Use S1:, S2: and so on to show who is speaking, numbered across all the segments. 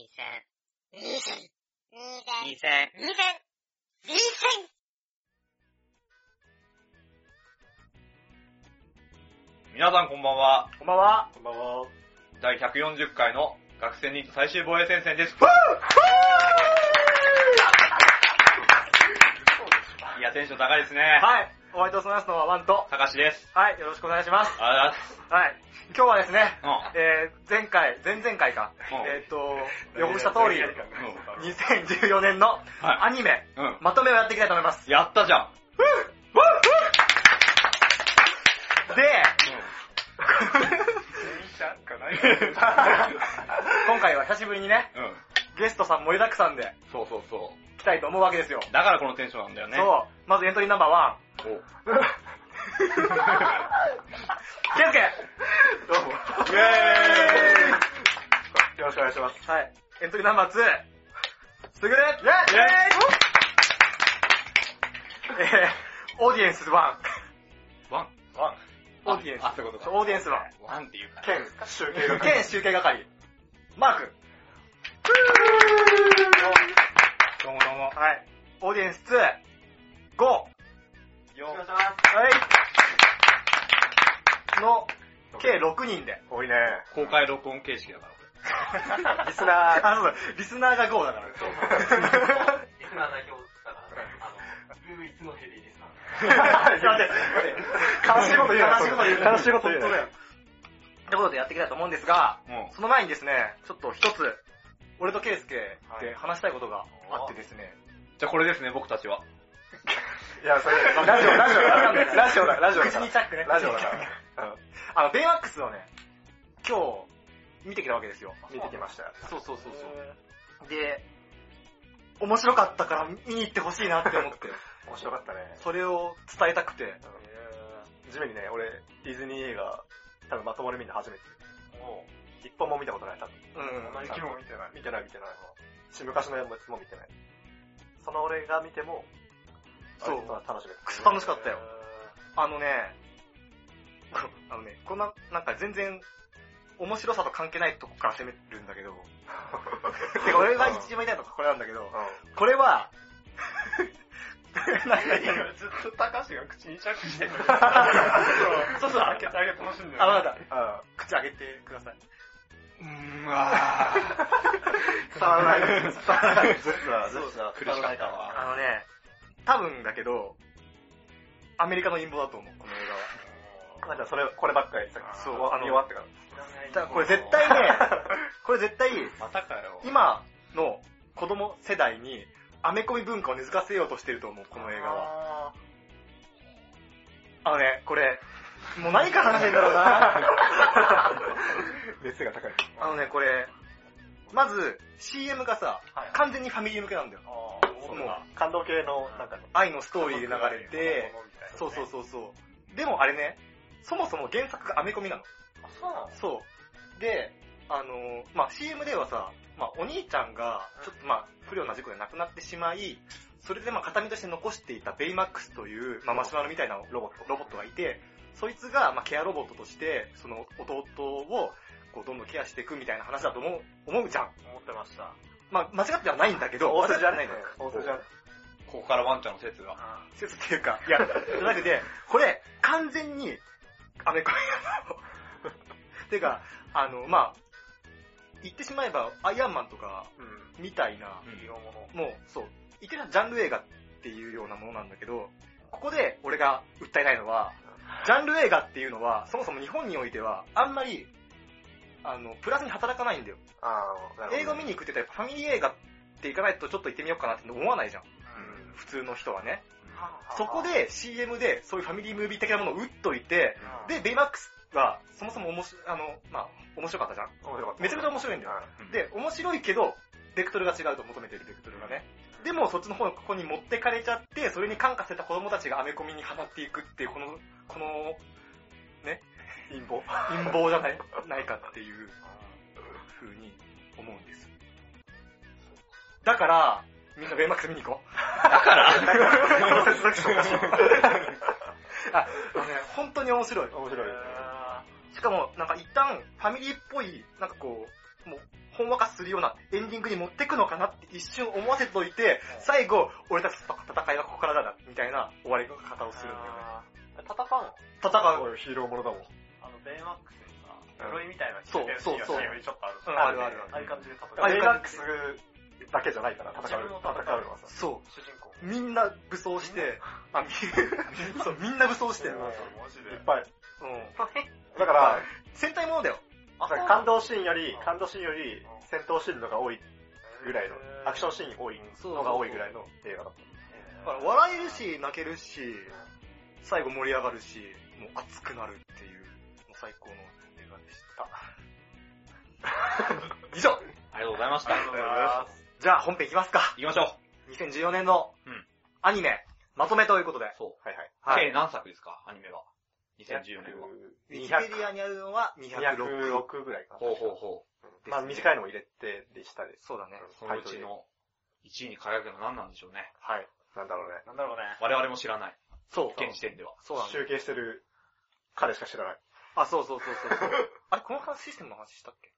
S1: 2000。2000。2000!
S2: 2000。2000。2000。
S3: 皆さんこんばんは。
S2: こんばんは。
S4: こんばんは。
S3: 第140回の学生ニート最終防衛戦線です。ふぅいや、テンション高いですね。
S4: はい。お相手を務めますのはワンと。
S3: たかしです。
S4: はい。よろしくお願いします。
S3: あ
S4: はい。今日はですね、
S3: う
S4: えー、前回、前々回か、
S3: うん
S4: えーっと、予告した通り、
S3: う
S4: 2014年の
S3: は
S4: アニメ、
S3: いうん
S4: まとめをやっていきたいと思います。
S3: やったじゃん。
S4: で、 今回は久しぶりにね、
S3: うん。
S4: ゲストさん盛りだくさんで
S3: そうそうそう。
S4: 来たいと思うわけですよ。
S3: だからこのテンションなんだよね。
S4: そう。まずエントリーナンバーワン。
S3: そう。
S4: ケンスケ
S5: どうも。
S3: イェーイ
S5: よろしくお願いします。
S4: はい。エントリーナンバーツー。すぐれイェ
S3: イェーイ
S4: イえー、オーディエンスワン。
S3: ワン。
S5: ワン。
S4: オーディエンス。
S3: あ、そういうことか。
S4: オーディエンスワン。
S3: ワンっていうか。
S5: 剣、集計が。
S4: 県集計係。マーク。
S3: どうもどうも。
S4: はい。オーディエンス2。ゴ
S3: よ
S5: 願いし
S4: ー。はい。の、計6人で。
S5: 多いね。
S3: 公開録音形式だから。
S4: リスナー。あ、そうだ。リスナーがゴーだから。
S6: リスナー代表だから、あの、唯一のヘビーリスナー。
S4: 待って、待って。 悲しいこと言うな。
S5: 悲しいこと言うな
S4: 悲しいこと言うな。
S5: 本当だよ
S4: ってことでやっていきたいと思うんですが、
S3: うん。
S4: その前にですね、ちょっと一つ、俺とケイスケで話したいことがあってですね。
S3: じゃあこれですね、僕たちは。
S5: いや、それ、ラジオ、ラジオだから。ラジオだ、ラジオだ
S4: 口
S5: から
S4: にチャックね。
S5: ラジオだから。うん
S4: あの、ベイマックスをね、今日、見てきたわけですよ。
S5: 見てきましたよ。
S4: そうそうそうそう。で、面白かったから見に行ってほしいなって思って、
S5: 面白かったね。
S4: それを伝えたくて。
S5: 地面にね、俺、ディズニー映画、多分まともに見るの初めて。もう、一本も見たことない、多分。
S4: うん。
S5: 昨日見てない。見てない、見てない。し昔のやつも見てない。その俺が見ても、
S4: そう
S5: 割と楽しめた。
S4: くそ楽しかったよあのね、 こあのね、こんな、なんか全然、面白さと関係ないとこから攻めるんだけ ど、てか俺が一番言いたいのはこれなんだけど、
S5: う
S4: これ は、
S3: ずっと高橋が口にチャックしてる。
S4: そうそう、開けてあげてほしいんだよ。あ、わかっ
S5: ん。うん。
S4: た。口開けてください。
S3: うーん、あー。
S5: 伝わらない。 伝わらない。ずっと、ずっと、
S3: 苦しかったわ。
S4: あのね、多分だけど、アメリカの陰謀だと思う、この映
S5: まあじゃあそれ、こればっかり。
S4: そう
S5: あの、見終わってから。
S4: 画は。だからこれ絶対 ね、これ絶対、
S3: またかよ。
S4: 今の子供世代に、アメコミ文化を根付かせようとしてると思う、この映画は。
S5: は。
S4: あのね、これ、もう何から話してんだろうな。
S5: 熱が高い。
S4: あのね、これ、まず、CM がさ、完全にファミリー向けなんだよ。
S5: そう
S4: もう
S5: か感動系の、なんかね。
S4: 愛のストーリーで流れて、
S5: そ
S4: そうう
S5: そ
S4: そうう。そうそう。でもあれね、そもそも原作がアメコミなの。
S5: そうなの
S4: そう。で、あのーまあ、CM ではさ、まあ、お兄ちゃんが、ちょっとまあ、不良な事故で亡くなってしまい、それでまあ、形見として残していたベイマックスという、まあ、マシュマロみたいなロボット、ロボットがいて、そいつが、まあ、ケアロボットとして、その弟を、こう、どんどんケアしていくみたいな話だと思う、思うじゃん。
S5: 思ってました。
S4: まあ、間違ってはないんだけど、
S5: 大筋じゃ
S4: 間
S5: な
S4: 違っ
S5: い
S4: て
S5: の
S4: は
S5: よ
S4: の。
S5: 大筋じゃない。
S3: ここからワンちゃんの説が。
S4: 説っていうか、いや、じゃなくて、これ、完全に、アメコミなの。 てか、あの、まあ、言ってしまえば、アイアンマンとか、
S5: うん。
S4: みたいな、
S3: うん
S5: 色物。
S4: もう、そう、言ってたジャンル映画っていうようなものなんだけど、ここで俺が訴えたいのは、ジャンル映画っていうのは、そもそも日本においては、あんまり、あの、プラスに働かないんだよ。
S5: ああ、なるほど。
S4: 映画見に行くって言ったら、ファミリー映画って行かないとちょっと行ってみようかなって思わないじゃん。
S5: うん
S4: 普通の人はね。そ
S5: そ
S4: こ
S5: こで、
S4: で CM でそういうファミリームービー的なものを打っといて、
S5: で、
S4: で、ベイマックスがそもそも面白い、あの、まあ、面白かったじゃん
S5: 面白かった。
S4: めちゃめちゃ
S5: 面
S4: 面白いんだよ。
S5: 白
S3: う
S5: い。
S3: ん
S4: で、面白いけど、ベクトルが違うと求めてるベクトルがね。でも、そっちの方のここに持ってかれちゃって、それに感化された子供たちがアメコミにハマっていくっていう、この、この
S5: 陰謀。
S4: 陰謀じゃない、ないかっていう風に思うんです。だから、みんなベイマックス見に行こう。だから あ、あのね、本当に面白い。
S5: 面白い。
S4: しかも、なんか一旦、ファミリーっぽい、なんかこう、もう、ほんわかするようなエンディングに持ってくのかなって一瞬思わせといて、最後、俺たちと戦いはここからだな、みたいな終わり方をするんだよね。
S2: あー戦うの
S4: 戦う。
S5: うヒーローものだもん。
S2: あの、ベイマックスにさ、鎧みたいなの着てる
S4: そう
S2: シーンが
S4: そうそう
S2: CM にちょっとある。
S4: うんあるある
S2: ああいう感じで戦う。
S4: あ
S5: ベ
S4: れ
S5: イマックスだけじゃないから、戦う。
S2: 自分
S5: 戦
S2: の
S5: う
S2: 戦い
S5: のはさ。
S4: そ
S2: 主人公。
S4: う。みんな武装して、あ、み そう、みんな武装してる。
S2: マジ
S5: い
S2: で
S5: っ。ぱい。
S4: うん。
S5: だから、
S4: 戦隊ものだよ。
S2: あ
S5: だから感動シーンより、感動シーンより、戦闘シーンのが多いぐらいの、アクションシーン多いのが多いぐらいの映画だっ
S4: だから笑えるし、泣けるし、最後盛り上がるし、もう熱くなるっていう、もう最高の映画でした。以上
S3: ありがとうございました。行
S4: じゃあ本編いきますか。
S3: きましょ
S4: 2014年の
S3: うん
S4: アニメ、まとめということで。
S3: う。そう。
S5: た。はいはい。
S4: はい
S3: 計何作ですかアニメは。2014年は。
S4: ウィキペディアにあるのは206。
S5: 206ぐらいかな。
S3: ほうほうほ
S5: まあ短いのも入れてでしたです。
S4: そうだね。
S3: う。そのうちの1位に輝くのは何なんでしょうね。
S5: はい。なんだろうね。
S2: なんだろうね。
S3: 我々も知らない。
S4: そう。
S3: 現時点では。
S4: そうなんだ
S5: 集計してる彼しか知らない。
S4: あ、そうそうそうそうそう。あれ、この話システムの話したっけ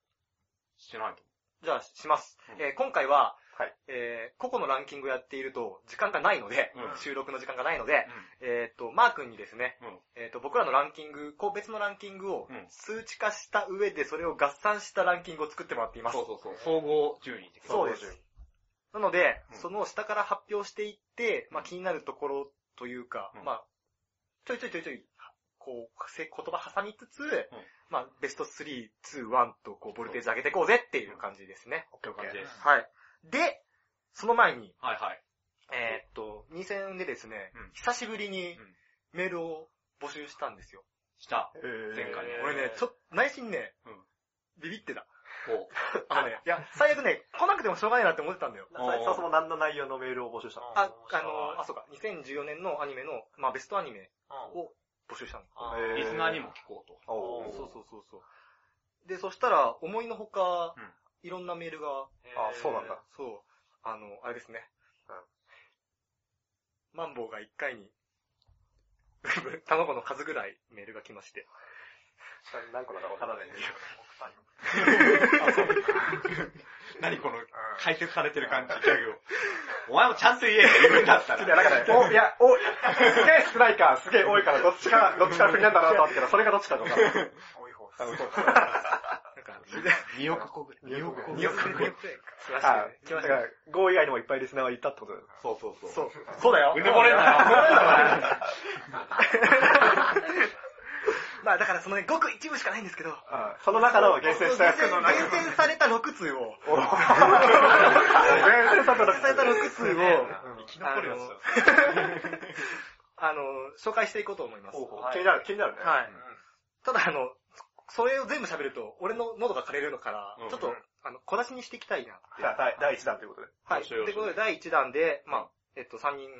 S3: してないと。
S4: じゃあ、します。
S3: うん
S4: えー今回は、
S5: はい
S4: えー個々のランキングやっていると、時間がないので、
S3: うん
S4: 収録の時間がないので、えーっと、マー君にですね、
S3: うん。うん。
S4: えーっと、僕らのランキング、個別のランキングを
S3: うん
S4: 数値化した上で、それを合算したランキングを作ってもらっています。
S3: そうそうそう。総合順位的な
S4: そうです。なので、
S3: うん
S4: その下から発表していって、まあ
S3: うん
S4: 気になるところというか、
S3: うん
S4: まあ、ちょいちょいちょいちょい、こう、せ言葉挟みつつ、まあベスト3、2、1とこう、ボルテージ上げていこうぜっていう感じですね。
S3: そういう感じです。
S4: はい。で、その前に、
S3: はいはい。
S4: えーっと、2戦でですね、
S3: うん
S4: 久しぶりに
S3: ん
S4: メールを募集したんですよ。
S3: した。前
S5: 前
S3: 回ね。
S4: 俺ね、ちょっと、内心ね、
S3: うん
S4: ビビ ってた。
S3: こ
S4: あのね、いや、最悪ね、来なくてもしょうがないなって思ってたんだよ。
S5: 最初はその何の内容のメールを募集したの
S4: あ、あの、あ、そうか、2014年のアニメの、まあベストアニメ
S2: うん
S4: を募集したの。
S2: あ
S5: え
S3: う、
S5: ー
S3: リスナーにも聞こうと。
S5: お
S2: ー
S5: ー
S4: そうそうそうそう。で、そしたら、思いのほか、
S3: うん
S4: いろんなメールが、
S5: あそうなんだ。
S4: そう、あの、あれですね。
S5: うん
S4: マンボウが1回に、 卵の数ぐらいメールが来まして。
S5: 何個なのかわからないけど。
S3: 何この、解説されてる感じ、ギャグを。お前もちゃんと言えよ、言うんだった
S5: いや、だ
S3: ら。
S5: からね、お、いや、お、すげえ少ないか、すげえ多いから、どっちか、どっちか振りなんだなと思ってたら、それがどっちかとか。
S2: 多い方
S5: あのそう
S4: なんか、
S3: 2億個ぐらい。
S5: 2億個
S4: 2億円くらい来ました
S5: あ
S4: よね。来
S5: だ
S4: ま
S5: か
S4: した
S5: ら
S4: ね。、
S5: 5以外にもいっぱいリスナーは言ったってことだよ。
S3: そうそうそう。
S4: そう。そうだよ。
S3: うぬぼれんなよ。
S4: まあだからそのね、ごく一部しかないんですけど、
S5: あその中の厳選したやつの中
S4: 厳選された6通を、
S5: お厳選
S4: 厳選さ
S5: された
S4: れた6通を、
S3: 生き残るやつだよ。
S4: あの、紹介していこうと思います。
S5: お
S4: はい。
S5: 気になる、気になるね。
S4: ただあの、それを全部喋ると、俺の喉が枯れるのから
S3: う、ん
S4: ちょっと、あの、小出しにしていきたいな。
S5: じゃあ、第第一弾ということで。
S4: はい。
S3: よしよし
S4: ということで、第1弾で、
S3: う
S4: まあ、えっと、3人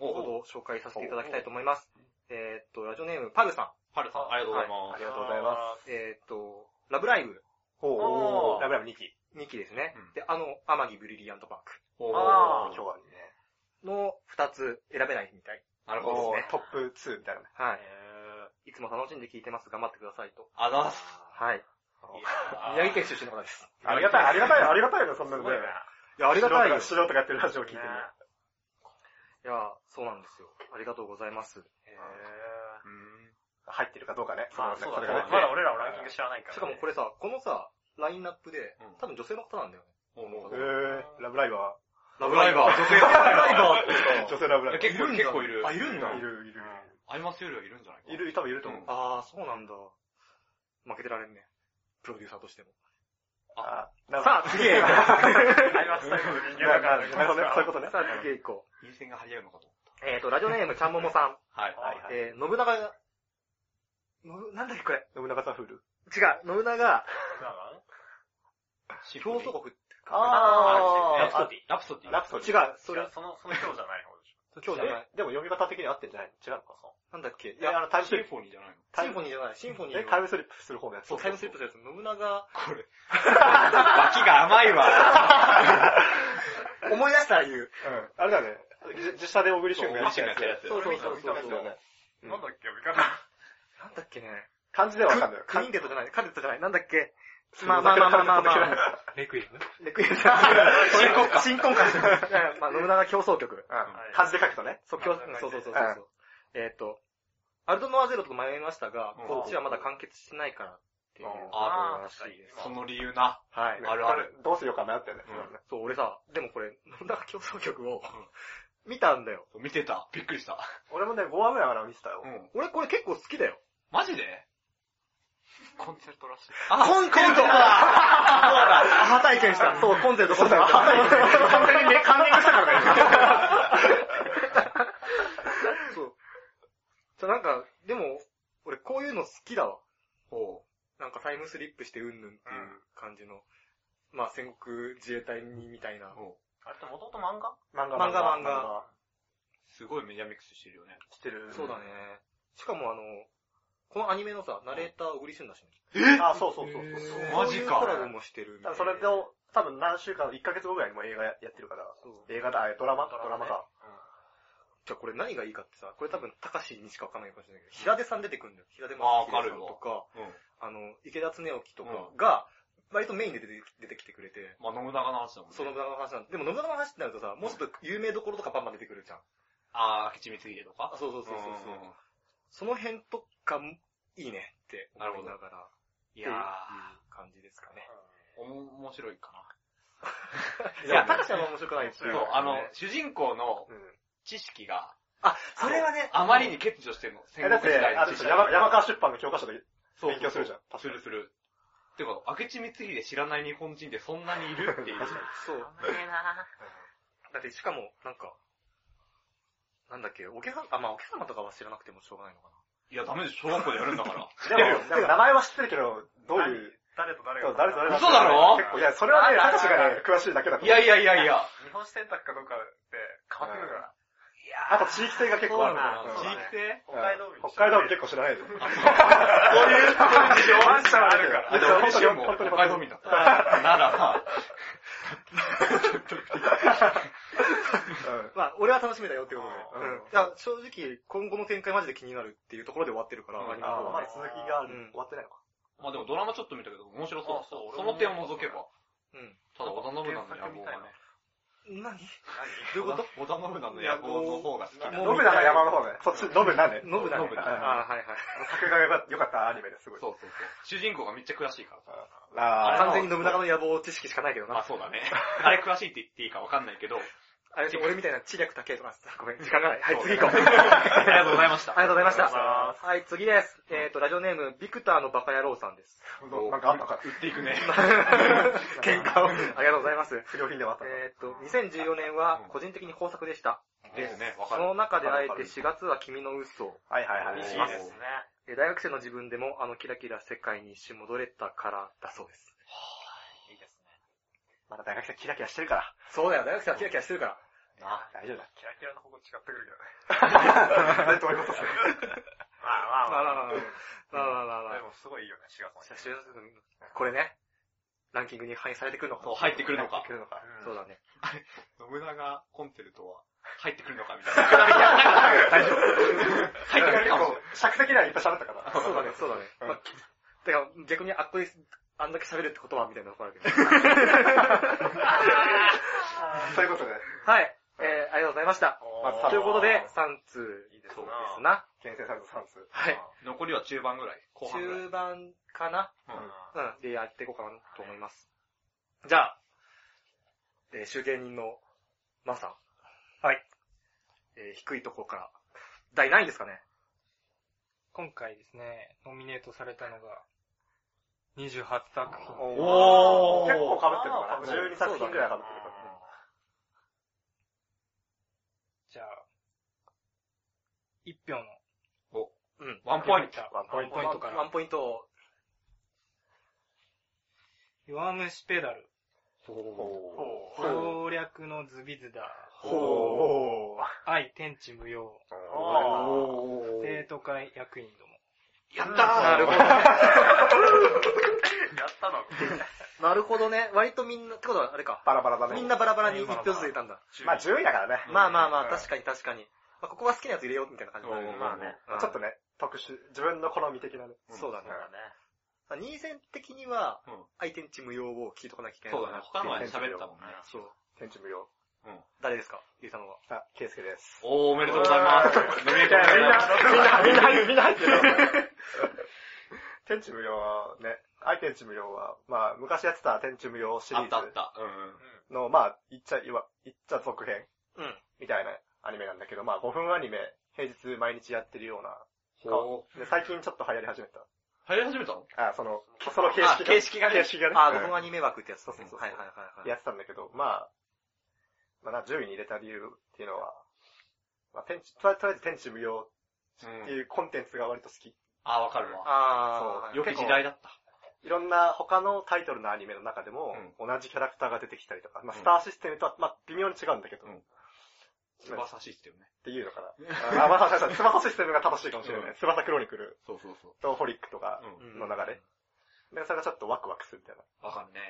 S3: お
S4: ほ
S3: お、
S4: ど紹介させていただきたいと思います。えっと、ラジオネーム、パグさ
S3: はるさん、ありがとうござい
S5: あ
S3: ま
S5: りがとうございま
S4: ん。えっと、ラブライブ
S5: す。おーラブライブ2期。
S4: 2期ですね
S3: うん。
S4: で、あの、天城ブリリアントパーク
S3: す。お
S5: 今
S3: お
S5: 日、はね、
S4: の2つ選べないみたい。
S3: なるほど
S5: お
S3: ですね。
S5: トップ2みたいなね。
S4: はい。いつも楽しんで聞いてます。頑張ってくださいと。
S3: ありがとうございます。
S4: はい。宮城県出身の方です。
S5: ありがたい、ありがたいよ、ありがたいよ、そんなのね。
S4: いや、ありがたいよ。
S5: 素人がやってるラジオを聞いてみよ
S4: いや、そうなんですよ。ありがとうございます。
S2: へ
S5: う入ってるかどうかね。
S2: まあ
S5: そ
S2: そうう
S5: だ
S2: だ
S5: ね
S2: ね
S5: それ
S2: ま
S5: がね。。
S2: だ俺らのランキング知らないから。
S4: しかもこれさ、このさ、ラインナップで
S3: うん、
S4: 多分女性の方なんだよね。
S3: おお
S5: えー、ラブライブは、
S3: ラブライバー、女性
S4: ラブライバーって
S5: 女性ラブライブ。
S3: 結構、結構いる。
S4: あ、いるんだ。
S5: いる、いる。
S3: アイマスよりはいるんじゃないか。
S5: い。る、多分いると思う
S3: うん。
S4: あー、そうなんだ。負けてられんね。プロデューサーとしても。
S5: あ、なん か、
S4: さあ、 次 へ行こ
S2: 会話したいの人間だから。
S5: なるほどね、そういうことね
S4: う。。さあ、次へ行こ
S3: 陰線が張り合うのかと思っ
S4: う。えっと、ラジオネーム、ちゃんももさん。
S3: た。はい。
S5: はいはい。
S4: えー、信長が、のなんだっけこれ。
S5: 信長さんフール
S4: 違う、信長、
S3: シンプル
S4: 共
S3: に
S4: 祖国。
S2: あ
S3: ラ
S2: ー
S3: プソディ。ラプソディ。
S5: ラプソディ
S4: 違う、それ、
S2: その、その人じゃない方でし
S4: 今日じゃない。
S5: えでも読み方的に合ってんじゃないの違うのか
S4: なんだっけい
S5: いや、
S4: や、
S5: あの、タイムス
S3: シ
S5: リ
S3: ン
S5: ッ
S3: フォニーじゃないの
S4: シンフォニーじゃない。シンフォニ
S5: プ。
S4: ー
S5: え
S4: を。
S5: タイムスリップする方のやつ。
S4: そう、タイムスリップするやつ。信長、
S3: これ。脇が甘いわ。
S4: 思い出したら言う。
S5: うん。あれだよね。じ実写で小栗
S3: そう、
S5: 旬
S3: お
S5: がや
S3: か
S5: っ
S3: しい
S5: て
S3: な
S5: る
S3: や
S5: や
S3: つやつ。
S5: つ。
S4: そうそうそうそう。
S5: そうね
S2: ょ。なんだっけ、呼び方。
S4: なんだっけね。
S5: 漢字ではわかんないよ。
S4: カンデットじゃない、カンデットじゃない、なんだっけ。
S5: 漢
S4: まあまあまあまあまあまあ
S5: 漢字でわかんない
S7: レクイエム
S4: レクイエムじゃない新婚歌。新婚歌。まあ、信長競争曲。
S2: はい
S5: 漢字で書くとね。
S4: そう、競うんそうそうそうそうそう。えっと、アルドノアゼロと迷いましたが、
S8: うん
S4: こっちはまだ完結してないからっていう
S5: うん
S8: あ
S2: ー
S4: 話です。
S8: その理由な。
S4: はい。
S8: あるある。
S5: どうしようかなってね。
S4: そう、俺さ、でもこれ、信長競争曲を見たんだよ。
S8: 見てた。びっくりした。
S5: 俺もね、5話ぐらいから見てたよ
S8: う。ん。
S4: 俺これ結構好きだよ。
S8: マジで
S2: コンセルトらしい。
S8: あ、コンコントだ
S4: アハ体験した。そう、コンセントコンセント。
S5: 完全にね、完全にしたからね。
S4: そう。じゃなんか、でも、俺こういうの好きだわ。
S8: ほ
S4: なんかタイムスリップしてうんぬんっていう感じの、まあ戦国自衛隊にみたいな
S8: う。。ほう。
S2: あれって元々漫画
S5: 漫画
S4: 漫画漫画。
S8: すごいメディアミックスしてるよね。
S5: 来てる。
S4: そうだね。。しかもあの、このアニメのさ、ナレーター小栗旬だしね。
S5: あ、そうそうそうそう。
S8: えマジか
S4: そういうコラボもしてるみ
S5: た
S4: たい
S5: だ
S4: な。
S5: それと、多分何週間、1ヶ月後ぐらいにもう映画やってるから。
S4: そう
S5: 映画だ、あドラマドラマか。
S4: じゃあこれ何がいいかってさ、これ多分、高志にしかわかんないかもしれないけど、平出さん出てくるんだよ。平出
S8: あー
S4: 正樹さんと
S8: わ
S4: か、
S8: うん。
S4: あの、池田恒興とかが、割とメインで出て出てきてくれて、
S8: まあ、信長の話だもんね。
S4: その長の話なんで、でも信長の話ってなるとさ、もうちょっと有名どころとかバンバン出てくるじゃん。
S8: あー、明智光秀と
S4: あ
S8: か、
S4: そうそうそうそうそう。その辺とかもいいねって思いながら、
S8: いや
S4: 感じですかね。
S8: ー、おも面白いか
S4: い
S8: い
S4: や、
S8: や
S4: 高志は面白くないです
S8: な。
S4: よ。
S8: そう、あの、主人公の
S5: うん。
S8: 知識が、
S4: あ、それはね、
S8: あまりに欠如してるの。戦
S5: え、だ
S8: 国
S5: っ
S8: 時
S5: て、
S8: 代
S5: あ
S8: の
S5: れ
S8: 知識
S5: でしょ、山山川出版の教科書で
S8: そう
S5: 勉強するじゃん
S8: するする。てか、明智光秀知らない日本人ってそんなにいるっていう。
S4: そう。
S2: えな
S4: だってしかも、なんか、なんだっけ、おけさあ、まあ、おけさまとかは知らなくてもしょうがないのかな。
S8: いや、ダメでしょ、小学校でやるんだから。
S5: でも、でも名前は知ってるけど、どういう、
S2: 誰と誰
S5: そう
S2: が。
S5: 誰と誰が
S8: 嘘だろ
S5: 結構、いや、それはね、高橋がね、詳しいだけだと
S8: い
S5: 思う。
S8: やいやいやいや。
S2: 日本史選択かどうかって変わってくるから。
S5: あと地域性が結構ある
S8: な
S5: うん
S8: 地域性
S5: うん
S2: 北海道民。
S5: 北海道民結構知らないよ。
S8: そういう、そういう事情
S2: マジであるから
S8: あ、でも俺自身も北海道民だった。 ならば、
S5: う
S4: まあ、俺は楽しめたよってことで。
S5: う
S4: うん。
S5: ん
S4: いや、正直、今後の展開マジで気になるっていうところで終わってるから、
S8: うん
S4: アニ
S5: ん。
S4: メの
S5: あ
S4: 方は
S5: ーま
S4: ね
S5: だ続きがある
S4: うん
S5: 終わってないのか。
S8: まあでもドラマちょっと見たけど面白そう
S2: あそう。
S8: その点を除けば。
S4: うん。
S8: ただ、織田信長の野望がね。
S4: 何どういう こ
S8: 織
S4: と
S8: 田信長の野望の方が好きだ。
S4: も
S5: ノブナが山の方ね。そっち、ノブナね。
S4: ノブだね。
S8: ノブだね
S4: あーはいはい。
S5: 作画が良かったアニメですごい。
S8: そうそうそう。主人公がめっちゃ詳しいからさ。
S5: あ
S4: 完全に信長の野望知識しかないけど
S8: あ、
S4: な。
S8: そうだね。あれ詳しいって言っていいかわかんない けど。
S4: あれでしょ、俺みたいな知略高いとかさ、 ごめん、時間がない。はい、次行こう。
S8: ありがとうございました。
S4: ありがとうございました。
S2: あ
S4: はい、次です。えっと、ラジオネーム、ビクターのバカ野郎さん です。
S5: なんかあったか。
S8: 売っていくね。
S4: 喧嘩を。ありがとうございます。
S5: 不良品ではあった。
S4: えっと、2014年は個人的に豊作でした。
S8: ですね、わか
S4: そ
S8: る。
S4: の中であえて4月は君の嘘。
S5: はいはいはい。
S8: いい
S2: いいですね。
S4: えー大学生の自分でもあのキラキラ世界に一瞬戻れたからだそうです。
S2: いいですね。
S5: まだ大学生キラキラしてるから。
S4: そうだよ、大学生はキラキラしてるから。
S8: あ
S5: 大 丈夫だ。
S2: キラキラの方向違ってくるけどね。
S5: どういうこと
S2: まあ
S4: まあまあ
S2: まあまあ。
S4: まあまあまあまあまあ
S2: でもすごいいいよね、4月
S4: じゃあ就職これね、ランキングに反映されてくるのか
S8: そう、入ってくるのか。
S5: 来るのか。
S4: そうだね。
S8: 信長コンセルトは入ってくるのかみたいな。大丈夫。入ってくるかもしれない。
S5: 尺的にはいっぱい喋った から。
S4: そうだね、そうだね。まあ、だから逆にあっこで、あんだけ喋るってことはみたいなとこあるけど。
S5: そういうことで、
S4: はい。えー、ありがとうございました。
S5: まあ
S4: ということで、3通です
S2: そう
S4: な。
S5: 厳選された3通。
S4: はい。
S8: 残りは中盤ぐらい。後半ぐらい。
S4: 中盤かな
S8: うん
S4: うん。で、やっていこうかなと思います。じゃあ、えー、集計人のマさん。
S7: はい。
S4: えー、低いところから。第何位ですかね
S7: 今回ですね、ノミネートされたのが、28作品。
S8: おー
S5: 結構被ってるのかな。
S4: そうだね
S5: 12作品くらい被ってるから。
S7: じゃあ、1票の
S4: うん。
S8: ワンポイント。
S5: ワンポイント
S7: ワンポイントから
S4: ワンポイントを。
S7: 弱虫ペダル、
S5: ほ
S7: 攻略のズビズダ、
S5: う。ほ
S7: 愛天地無用、
S5: う。
S7: 生徒会役員ども。
S8: やったー
S4: なるほど。
S2: やったの
S4: なるほどね。割とみんな、ってことはあれか。
S5: バラバラだね。
S4: みんなバラバラに一票ずつ入れたんだ。
S5: まあ10位だからね。
S4: まあまあまあ、
S5: うん
S4: 確かに確かに。まあ、ここは好きなやつ入れようみたいな感じになるよね
S8: まあね。
S5: ちょっとね、特殊、自分の好み的なね。
S4: そうだね。
S2: そう
S4: まあ
S2: だね。
S4: ニーゼン的には
S8: うん、
S4: 相手んち無用を聞いとかなきゃいけない
S8: そう
S4: の
S8: だ
S4: かな
S8: ね
S4: っ。てい
S8: 他のは喋ったもんね。
S4: そう。
S5: 天地無料。
S4: 誰ですかゆうさんは。
S5: あ、ケイスケです。
S8: おー、おめでとうございます。おめでとうございます。
S5: みんな、 みんな入ってる。天地無料はね、愛天地無料は、まあ、昔やってた天地無料シリ
S8: あ
S5: ー
S8: ったあっ
S5: ズ
S8: た。うんうん。
S5: の、まあ、言っちゃ、言わ言っちゃ続編
S4: うん。
S5: みたいなアニメなんだけど、まあ、5分アニメ、平日毎日やってるような
S8: ほ
S5: で、最近ちょっと流行り始めた。
S8: う。流行り始めたの
S5: あ、その、その形式が。
S8: あ形式がね
S5: 形式がね。
S4: あ
S5: う
S4: ー、
S5: ん
S4: このアニメ枠ってやつ
S5: そうそうそう
S4: はいはいはいはい。
S5: やってたんだけど、まあ、まあな、10位に入れた理由っていうのは、まあ、天地、とりあえとりあえず天地無用っていうコンテンツが割と好き。
S8: あ、わかるわ。
S4: あー、
S8: よ
S5: よ
S8: く
S5: く
S8: 時
S5: 時
S8: 代
S5: 代
S8: だった。
S5: いろんな他のタイトルのアニメの中でも、同じキャラクターが出てきたりとか、まあ、
S8: うん
S5: スターシステムとは、まあ、微妙に違うんだけど、
S8: うん
S5: っ
S8: 翼システムね。
S5: ていうのかな。あ、まあ、そうそう翼システムが正しいかもしれない。
S8: うん
S5: 翼クロニクル
S8: そうそうそ
S5: とホリックとか
S8: う。う
S4: うん
S5: の流れ。で、それがちょっとワクワクするみたいな。
S8: ん。わかんね。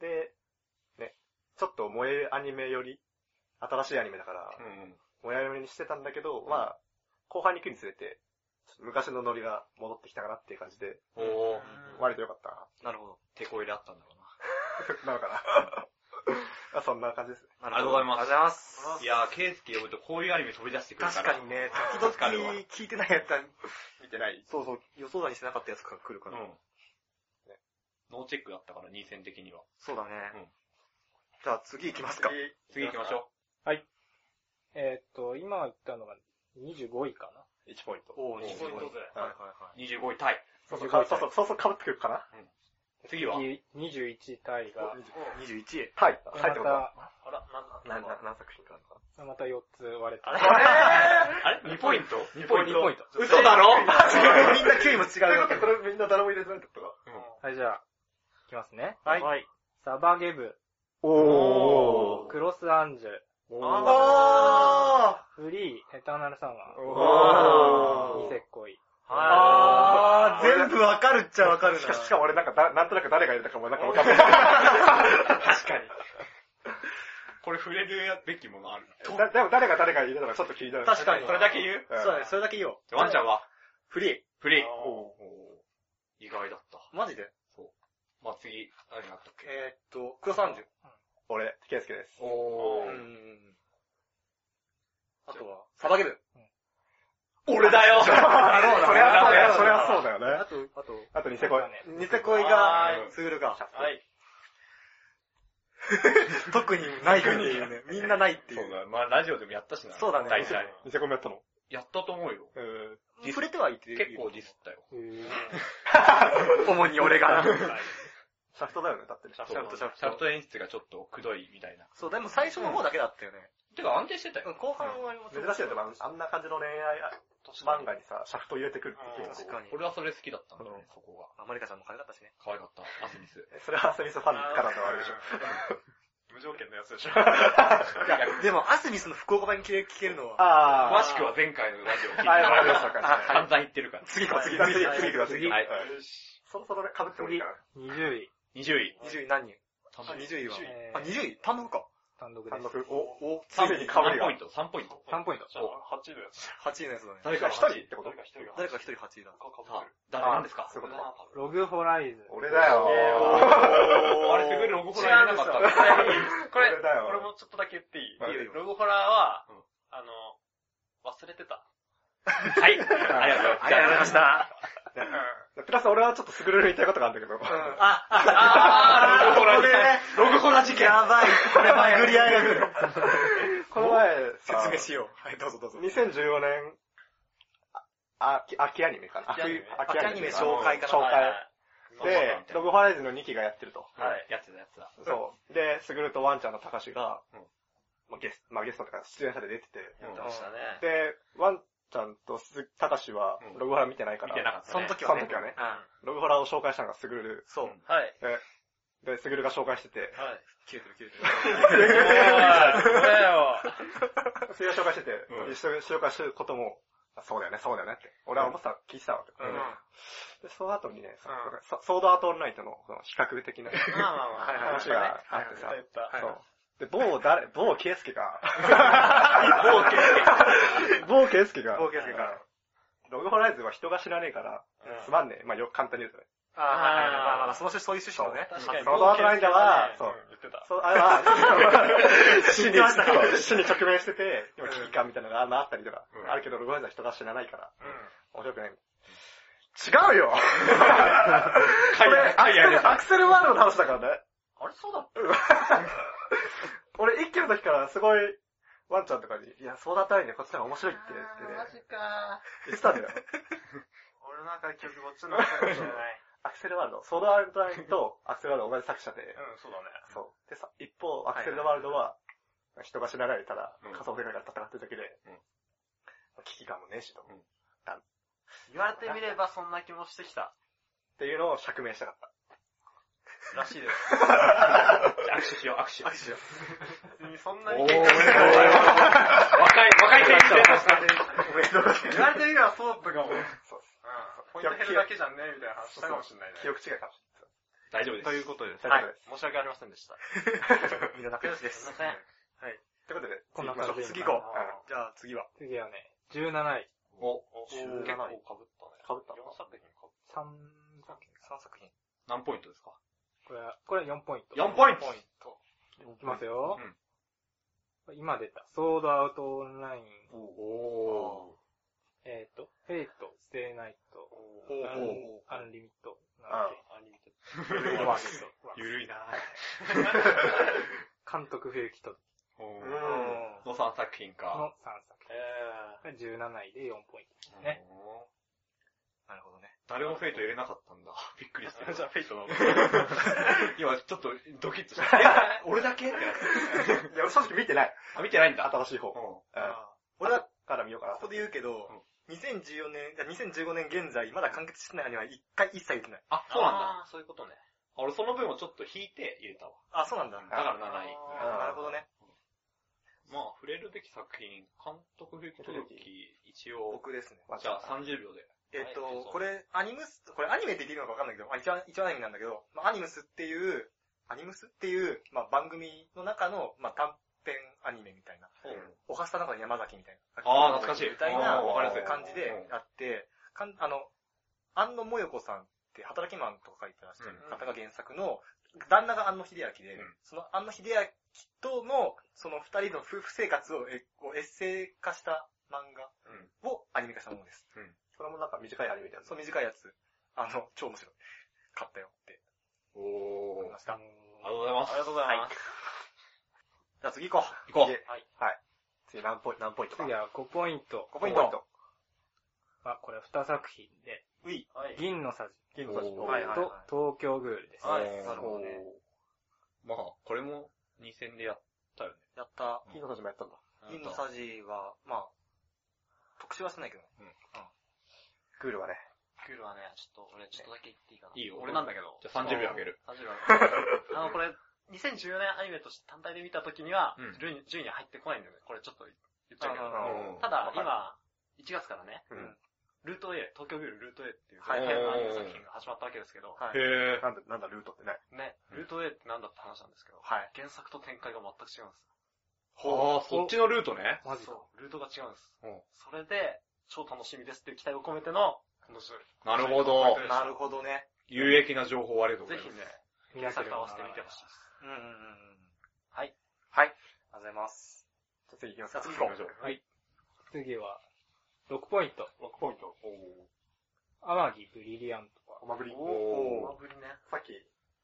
S5: で、ね、ちょっと萌えアニメより、新しいアニメだから、
S8: うん。
S5: もやもやにしてたんだけど、まあ、後半に行くにつれて、ちょっと昔のノリが戻ってきたかなっていう感じで、
S8: おー、
S5: 割と良かった
S4: なるほど。
S8: 手こ入れあったんだろう
S5: な。な のか な。あそんな感じですね。
S4: あ
S8: りがとうございます
S4: ありがとうございます。
S8: な。いやー、ケースケ呼ぶとこういうアニメ飛び出してくるから。
S4: 確かにね、
S8: 助
S4: 時
S8: かるわ
S4: 々聞いてないやつは、
S5: 見てない
S4: そうそう、予想だにしてなかったやつが来るか
S8: う
S4: ら。
S8: ん。ノーチェックだったから、2戦的には。
S4: そうだね。
S8: うん
S4: じゃあ次行きますか。
S8: 次行きましょ
S6: えーっと、今言ったのが25位か
S5: 1ポイント。
S4: おー、25
S8: ーポイント。
S4: 位。
S5: はいはい
S8: 25位タイ。
S5: そうそう、
S6: 25
S5: か
S6: 位
S5: そうそう、そうそう、かぶってくるかな。
S6: な。
S8: 次は
S6: 次、21位タイが、
S4: 21位。
S5: はい。
S6: で
S5: はい、ってこと
S6: ま
S5: は。
S2: あら、なんだ
S4: な、な、何作品かな
S6: た、また4つ割れた。
S8: あれ ?2 ポイント ?2
S5: ポイント
S8: 嘘だろ
S4: みんな9位も
S5: という
S4: 違う
S5: ことで、これみんな誰も入れてないってことか。
S6: はい、じゃあ、いきますね。
S4: はい。
S6: サバゲブ、
S5: お
S6: クロスアンジュ、
S4: あ
S6: フリー、エターナルサマ
S5: お
S6: ー、
S5: お
S6: ニセコイ。
S4: あー全部わかるっちゃわかる
S5: しか
S4: な。
S5: ししかも俺なんかだ、なんとなく誰が入れたかもなんかわかんない。
S8: 確かに。これ触れるべきものある。
S5: だでも誰が誰が入れたのかちょっと気になる。
S4: 確かに。
S8: それだけ言う
S5: うん
S4: そうだね、それだけ言おう。
S8: じゃあワンちゃんは
S4: フリー。
S8: フリー。
S5: お
S8: 意外だった。
S4: マジで
S8: まあ、次、何があったっけ
S4: えーっと、クロサンジュ。
S5: 俺、ケイスケです。
S8: お
S4: うーん。あとは、サバゲブ。
S8: 俺だよ
S5: それはそうだよ、そ
S8: それ
S5: れ
S8: は
S5: は
S8: そ
S5: そうう
S8: だ
S5: だ
S8: よ。
S5: よね。
S4: あと、あと、
S5: あとニセコイ。
S4: ニセ恋が、すぐるか。
S2: はい。
S4: 特にないっていうね。 みんなないってい
S8: そう
S4: う。
S8: だ、まあラジオでもやったしな。
S4: そうだね
S8: 大体。
S5: ニセコイもやったの
S8: やったと思うよ。
S5: うん。
S4: 触れてはいて。
S8: 結構ディスったよ。
S4: 主に俺が。
S5: シャフトだよね、だってね。
S4: ャフトシャフト
S8: シャフト演出がちょっとくどいみたいな。
S4: そう、でも最初の方だけだったよね。
S8: てか安定してたよ。
S4: 後半はあります
S5: 珍しいよね、まああんな感じの恋愛漫画にさ、シャフト入れてくるっていう
S4: 確かに。
S8: 俺はそれ好きだったんだよね、そこが。
S4: あマリカちゃんも可愛かったしね。
S8: 可愛かった。アスミス。
S5: それはアスミスファンからのあれでしょ。
S2: 無条件のやつで しょ。
S4: いや、でも、アスミスの福岡版に聞けるのは、
S5: あ
S8: 詳しくは前回のラジオを聞いて
S5: はい、わかりました、
S8: ら
S5: わかりました。
S8: 散々言ってるから。
S4: 次か、次
S5: 次、
S4: か。
S5: 次、次、次、次。
S8: はい
S5: そろそろね、被ってもいいかな。
S6: 20位、
S8: 20位。
S4: 20位何人
S8: 単
S4: あ、20位は。
S6: え
S4: あ、
S6: ー、
S4: 20位単独か。
S6: 単独で
S5: 単
S6: す。
S5: 独。お、お、ついに被りが。
S8: 3ポイント、3ポイント。
S6: 3ポイント。
S2: じゃあ、8のやつ。
S4: 8位のやつだね。
S8: 誰か
S5: 一
S8: 一
S5: 人
S8: 人。
S5: ってこと
S2: 誰か一人が。
S4: 誰か一人8位だ。
S2: か
S8: さあ、誰なんですか
S5: そういうこ
S6: ログホライズ、
S5: 俺だよ。
S8: あれ、すごいロゴホラー入れなかった。
S2: これ、
S5: 俺だよ
S2: 俺もちょっとだけ言っていい
S5: はい
S4: いいよ
S2: ロゴホラーは
S8: うん、
S2: あの、忘れてた。
S8: はい。ありがとうご
S4: あ
S8: ざいます。
S4: ました。
S5: プラス俺はちょっとすぐるる言いたいことがあるんだけど。
S4: あ、あ、ログホラね。ログホラ事件。やばい。これ巡り合いが来る。
S5: この前、
S4: 説明しよう。はい、どうぞどうぞ。
S5: 2014年、あ、秋、秋アニメかな。秋
S4: 秋アニメ紹介かな。
S5: 紹介。
S8: はいはい
S5: で、ログホライズの2期がやってると。
S8: はい。やつだ、やつだ。
S5: そう。で、すぐるとワンちゃんの高しが、
S8: うん
S5: まあ、ゲスト、まあ、ゲストとか出演者で出てて、
S8: うん
S2: 出ましたね。
S5: で、ワンちゃんと高しは
S8: うん
S5: ログホラ見てないから、
S8: 見てなかった。
S4: その時
S5: そ
S4: は
S5: の
S4: ね。
S5: 時はね、
S4: うん。
S5: ログホラを紹介したのがすぐる、
S4: そう。
S8: うん
S2: はい。
S5: で、すぐるが紹介してて、
S2: はい。
S4: 切れてる切れてる。
S2: おい、それよ。
S5: すぐるが紹介してて、
S8: うん
S5: 一緒に紹介してることも、あそうだよね、そうだよねって。俺は思ってた、聞いてたわけ。
S2: うん
S5: で、その後にね、そ
S2: うん
S5: なんかソソードアートオンラインとのその比較的な
S2: まあまあまあ。
S5: 話があってさ
S2: 言、った言った。
S5: そう。で、某誰、某圭 介が、
S8: 冒険。
S5: 某圭介が、
S4: 冒険生から。
S5: ログホライズンは人が死なねえから、つまんねえ。まあよく簡単に言うとね。
S4: ああ、はいはいはい。まあまあまあ、そのそういう趣旨のね。
S2: 確かに。
S5: その後の間は
S2: 冒険系ね
S5: そ
S2: ん言ってた。
S5: そう、あれ は、死
S4: 知ってましたか
S5: にそう死に直面してて、今危機感みたいなのがまああったりとか
S8: う、ん
S5: あるけどログホライズンは人が死なないから、
S2: う
S5: 面白くない。違うよ
S8: 海外、海外で
S5: これアクセル、アクセルワールドの話だからね。
S2: ん。あれそうだっ
S5: 俺、一期の時からすごい、ワンちゃんとかに、いや、そうだったらいいね、こっちの方が面白いって言ってね、
S2: ジか
S5: 言ってたんだよ。
S2: 俺の中で記憶こっちのかもしれない。
S5: アクセルワールド、ソードアートラインとアクセルワールド同じ作者で、
S2: うん、そうだね。
S5: そう。でさ、一方、アクセルワールドは、人が死なないただ、仮想世界が戦ってるだけで
S8: うん、
S5: 危機感もねえしと。
S8: うん
S2: 言われてみればそんな気もしてきた。
S5: っていうのを釈明したかった。
S2: らしいです。
S8: じゃあ握手しよう、握手しよう。
S2: 別にそんな
S8: お
S2: に
S8: ー、
S2: 喧嘩してない。
S8: 若い、若い選手だ
S2: 言われてみればそうだったかも。
S5: そうです。
S2: ポイント減るだけじゃんね、みたいな話したかもしれない
S5: 記
S2: ね。
S5: 憶違いかもし
S8: 大丈夫です。
S4: ということで。
S5: れ
S2: は
S5: ないい。大丈夫です。。
S2: 申し訳ありませんでした。
S4: みんな仲良しです。
S2: すいません。
S5: ということで、
S9: こんな感じで
S5: 次行きましょう次行こう。
S2: あ
S4: じゃあ次は。
S9: 次はね、17位。
S2: お、結構被ったね。
S5: 被った
S2: 4作品被っ
S9: 3、
S4: 3作品。
S8: 何ポイントですか
S9: これは、これは4ポイント。
S8: 4ポイント
S9: いきますよ。今出た、ソードアウトオンライン、
S8: お
S9: えっ、と、フェイト、ステイナイト、
S4: ほうほうほう
S9: アンリミット、
S5: あ
S9: なんだっけ
S8: ゆるいな
S9: 監督冬木と、
S8: ぁ。お
S5: うん。
S8: の3作
S9: の
S8: 品か。
S9: 3作品。17位で4ポインね
S8: お
S4: なるほどね。
S8: ー誰もフェイト入れなかったんだ。びっくりした。
S2: た。じゃあ、フェイトなの
S8: 今ちょっとドキッと した。え俺だけってなって
S5: いや、俺正直見てない。
S8: あ、見てないんだ。
S5: 新しい方。うん
S4: あ
S5: 俺だから見ようかな
S4: あ。ここで言うけど、2014年、いや2015年現在、まだ完結してないアニメは一回一切言ってない。
S8: あ、そうなんだ。。
S2: そういうことね。
S8: 俺その分をちょっと引いて入れたわ。
S4: あ、そうなんだ。
S8: だから7位。
S5: あー
S4: なるほどね。
S8: まあ、触れるべき作品、監督フィクト
S5: フィクト
S8: 一応、
S4: 僕ですね。
S5: ワン
S8: じ
S5: ちゃん
S8: ゃあ30秒で。
S4: えっ
S2: はい
S4: と、これ、アニムス、これアニメって言っていいのかわかんないけど、まあ一応、一応アニメなんだけど、まあアニムスっていう、アニムスっていう、まあ番組の中の、まあ短編アニメみたいな。おはスタの中の山崎みたいな。
S8: あー懐かしい
S4: みたい
S5: あ
S4: な
S5: ーわかりやすい
S4: 感じでやって、かんあの、安野もよこさんって、働きマンとか書いてらっしゃる方が原作の、旦那が安野秀明で、
S8: うん
S4: その安野秀明との、その二人の夫婦生活をえこうエッセイ化した漫画をアニメ化したものです。
S5: それもなんか短いアニメだよね
S4: その短いやつ、あの、超面白い。買ったよって
S8: おお
S4: 思いました。じ
S8: ありがとうございます。
S2: ありがとうございます。
S4: ゃあ次行こ
S8: 行こう。
S5: 次何ポイント何ポイントか
S9: 次。は5ポイント。
S5: 5ポイント。
S9: あ、これは2作品で、
S4: う。うい。
S2: はい。
S9: 銀のさじ
S5: 銀の差し
S8: おー
S5: はい
S4: はい
S9: と東京グールです。
S2: はい
S8: おー
S4: なるほどね
S8: まあ、これも2戦でやったよね。
S4: やった。
S5: 銀の差しもやったんだ。
S4: 銀のサジは、まあ、特集はしてないけどね。
S5: クールはね。
S2: クールはね、ちょっと俺ちょっとだけ言っていいかな。
S8: いいよ
S2: 俺なんだけど。
S8: じゃあ30秒あげる。
S2: 30秒あげる。あ の、これ、2014年アニメとして単体で見たときには、
S8: うん
S2: 順位順位に入ってこないんだよね。これちょっと言っちゃうけ
S4: あ
S2: ど
S4: ー。
S8: うん
S2: ただ、
S5: わ
S2: 今、1月からね、
S5: うん
S2: ルート A、東京ビルルート A っていう、
S4: はい
S2: 大変なアニメ作品が始まったわけですけど、
S4: はい
S8: へぇ
S5: なんだ、なんだ、ルートってね。
S2: ね、ルート A ってなんだって話なんですけど、
S4: はい。
S2: 原作と展開が全く違うんです。
S8: ああ、そっちのルートね。
S9: マジか。
S2: そう、ルートが違うんです。
S8: うん
S2: それで、超楽しみですっていう期待を込めての、この順位。
S8: なるほど。
S4: なるほどね。
S8: 有益な情報ありがとうご
S2: ぜ
S8: ざい
S2: ひ
S8: ます。
S2: ね、
S9: 見
S2: 原
S9: なけ
S2: 作
S9: れば
S2: と合
S9: な
S2: わせて見てほしいです。
S4: うんうんうんうん。
S2: はい。
S4: はい。ありがとうございます。
S5: じゃあ次行きます
S4: さあ
S5: か。
S4: 次
S8: 行
S4: 行
S8: き
S4: こ
S8: ましょう。
S9: はい。次は、6ポイント。
S5: 6ポイント。
S9: 天城ブリリアントは
S5: おまぐり。
S8: おー
S2: マブリね。
S5: さっき、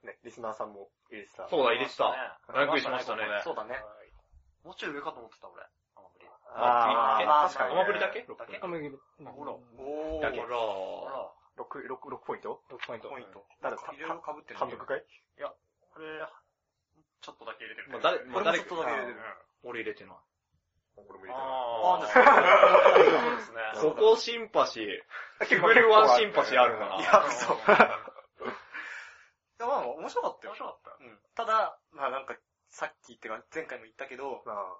S5: ね、リスナーさんも入れてた。
S8: そうだ、入れてた。ランクインしましたね。
S4: う。そうだね。
S2: もうちょい上かと思ってた、俺。アマブリ。
S5: あー、
S8: え
S5: まあ、
S4: まあ
S5: 確かに、
S8: ア
S5: ね。
S8: マブリだけ ?6
S2: だけ
S9: 天城ブリ、
S2: ほら
S9: 6
S4: おー。
S8: だけ。
S4: ポ
S2: ほ
S8: ら
S2: ら、
S5: ?6、六六ポイント
S9: ポイント。
S4: イント。
S5: 誰
S4: いろいろ被ってるね。
S5: 単独かい
S2: これ、ちょっとだけ入れてる。
S8: まあ誰
S4: これもちょっとだけ入れてる。
S8: 俺入れてない。
S5: 俺も入れてない。
S2: あ
S4: あー
S2: あ、
S4: じゃ
S2: そうですね。
S8: そこシンパシー。
S5: 結
S8: レベル1シンパシーある か
S5: な。
S8: ら。
S4: いや、嘘。いや、まあ、面白かったよ
S2: 面。白かったよ。
S4: うん。ただ、まあなんか、さっきってか、前回も言ったけど、
S5: まあ、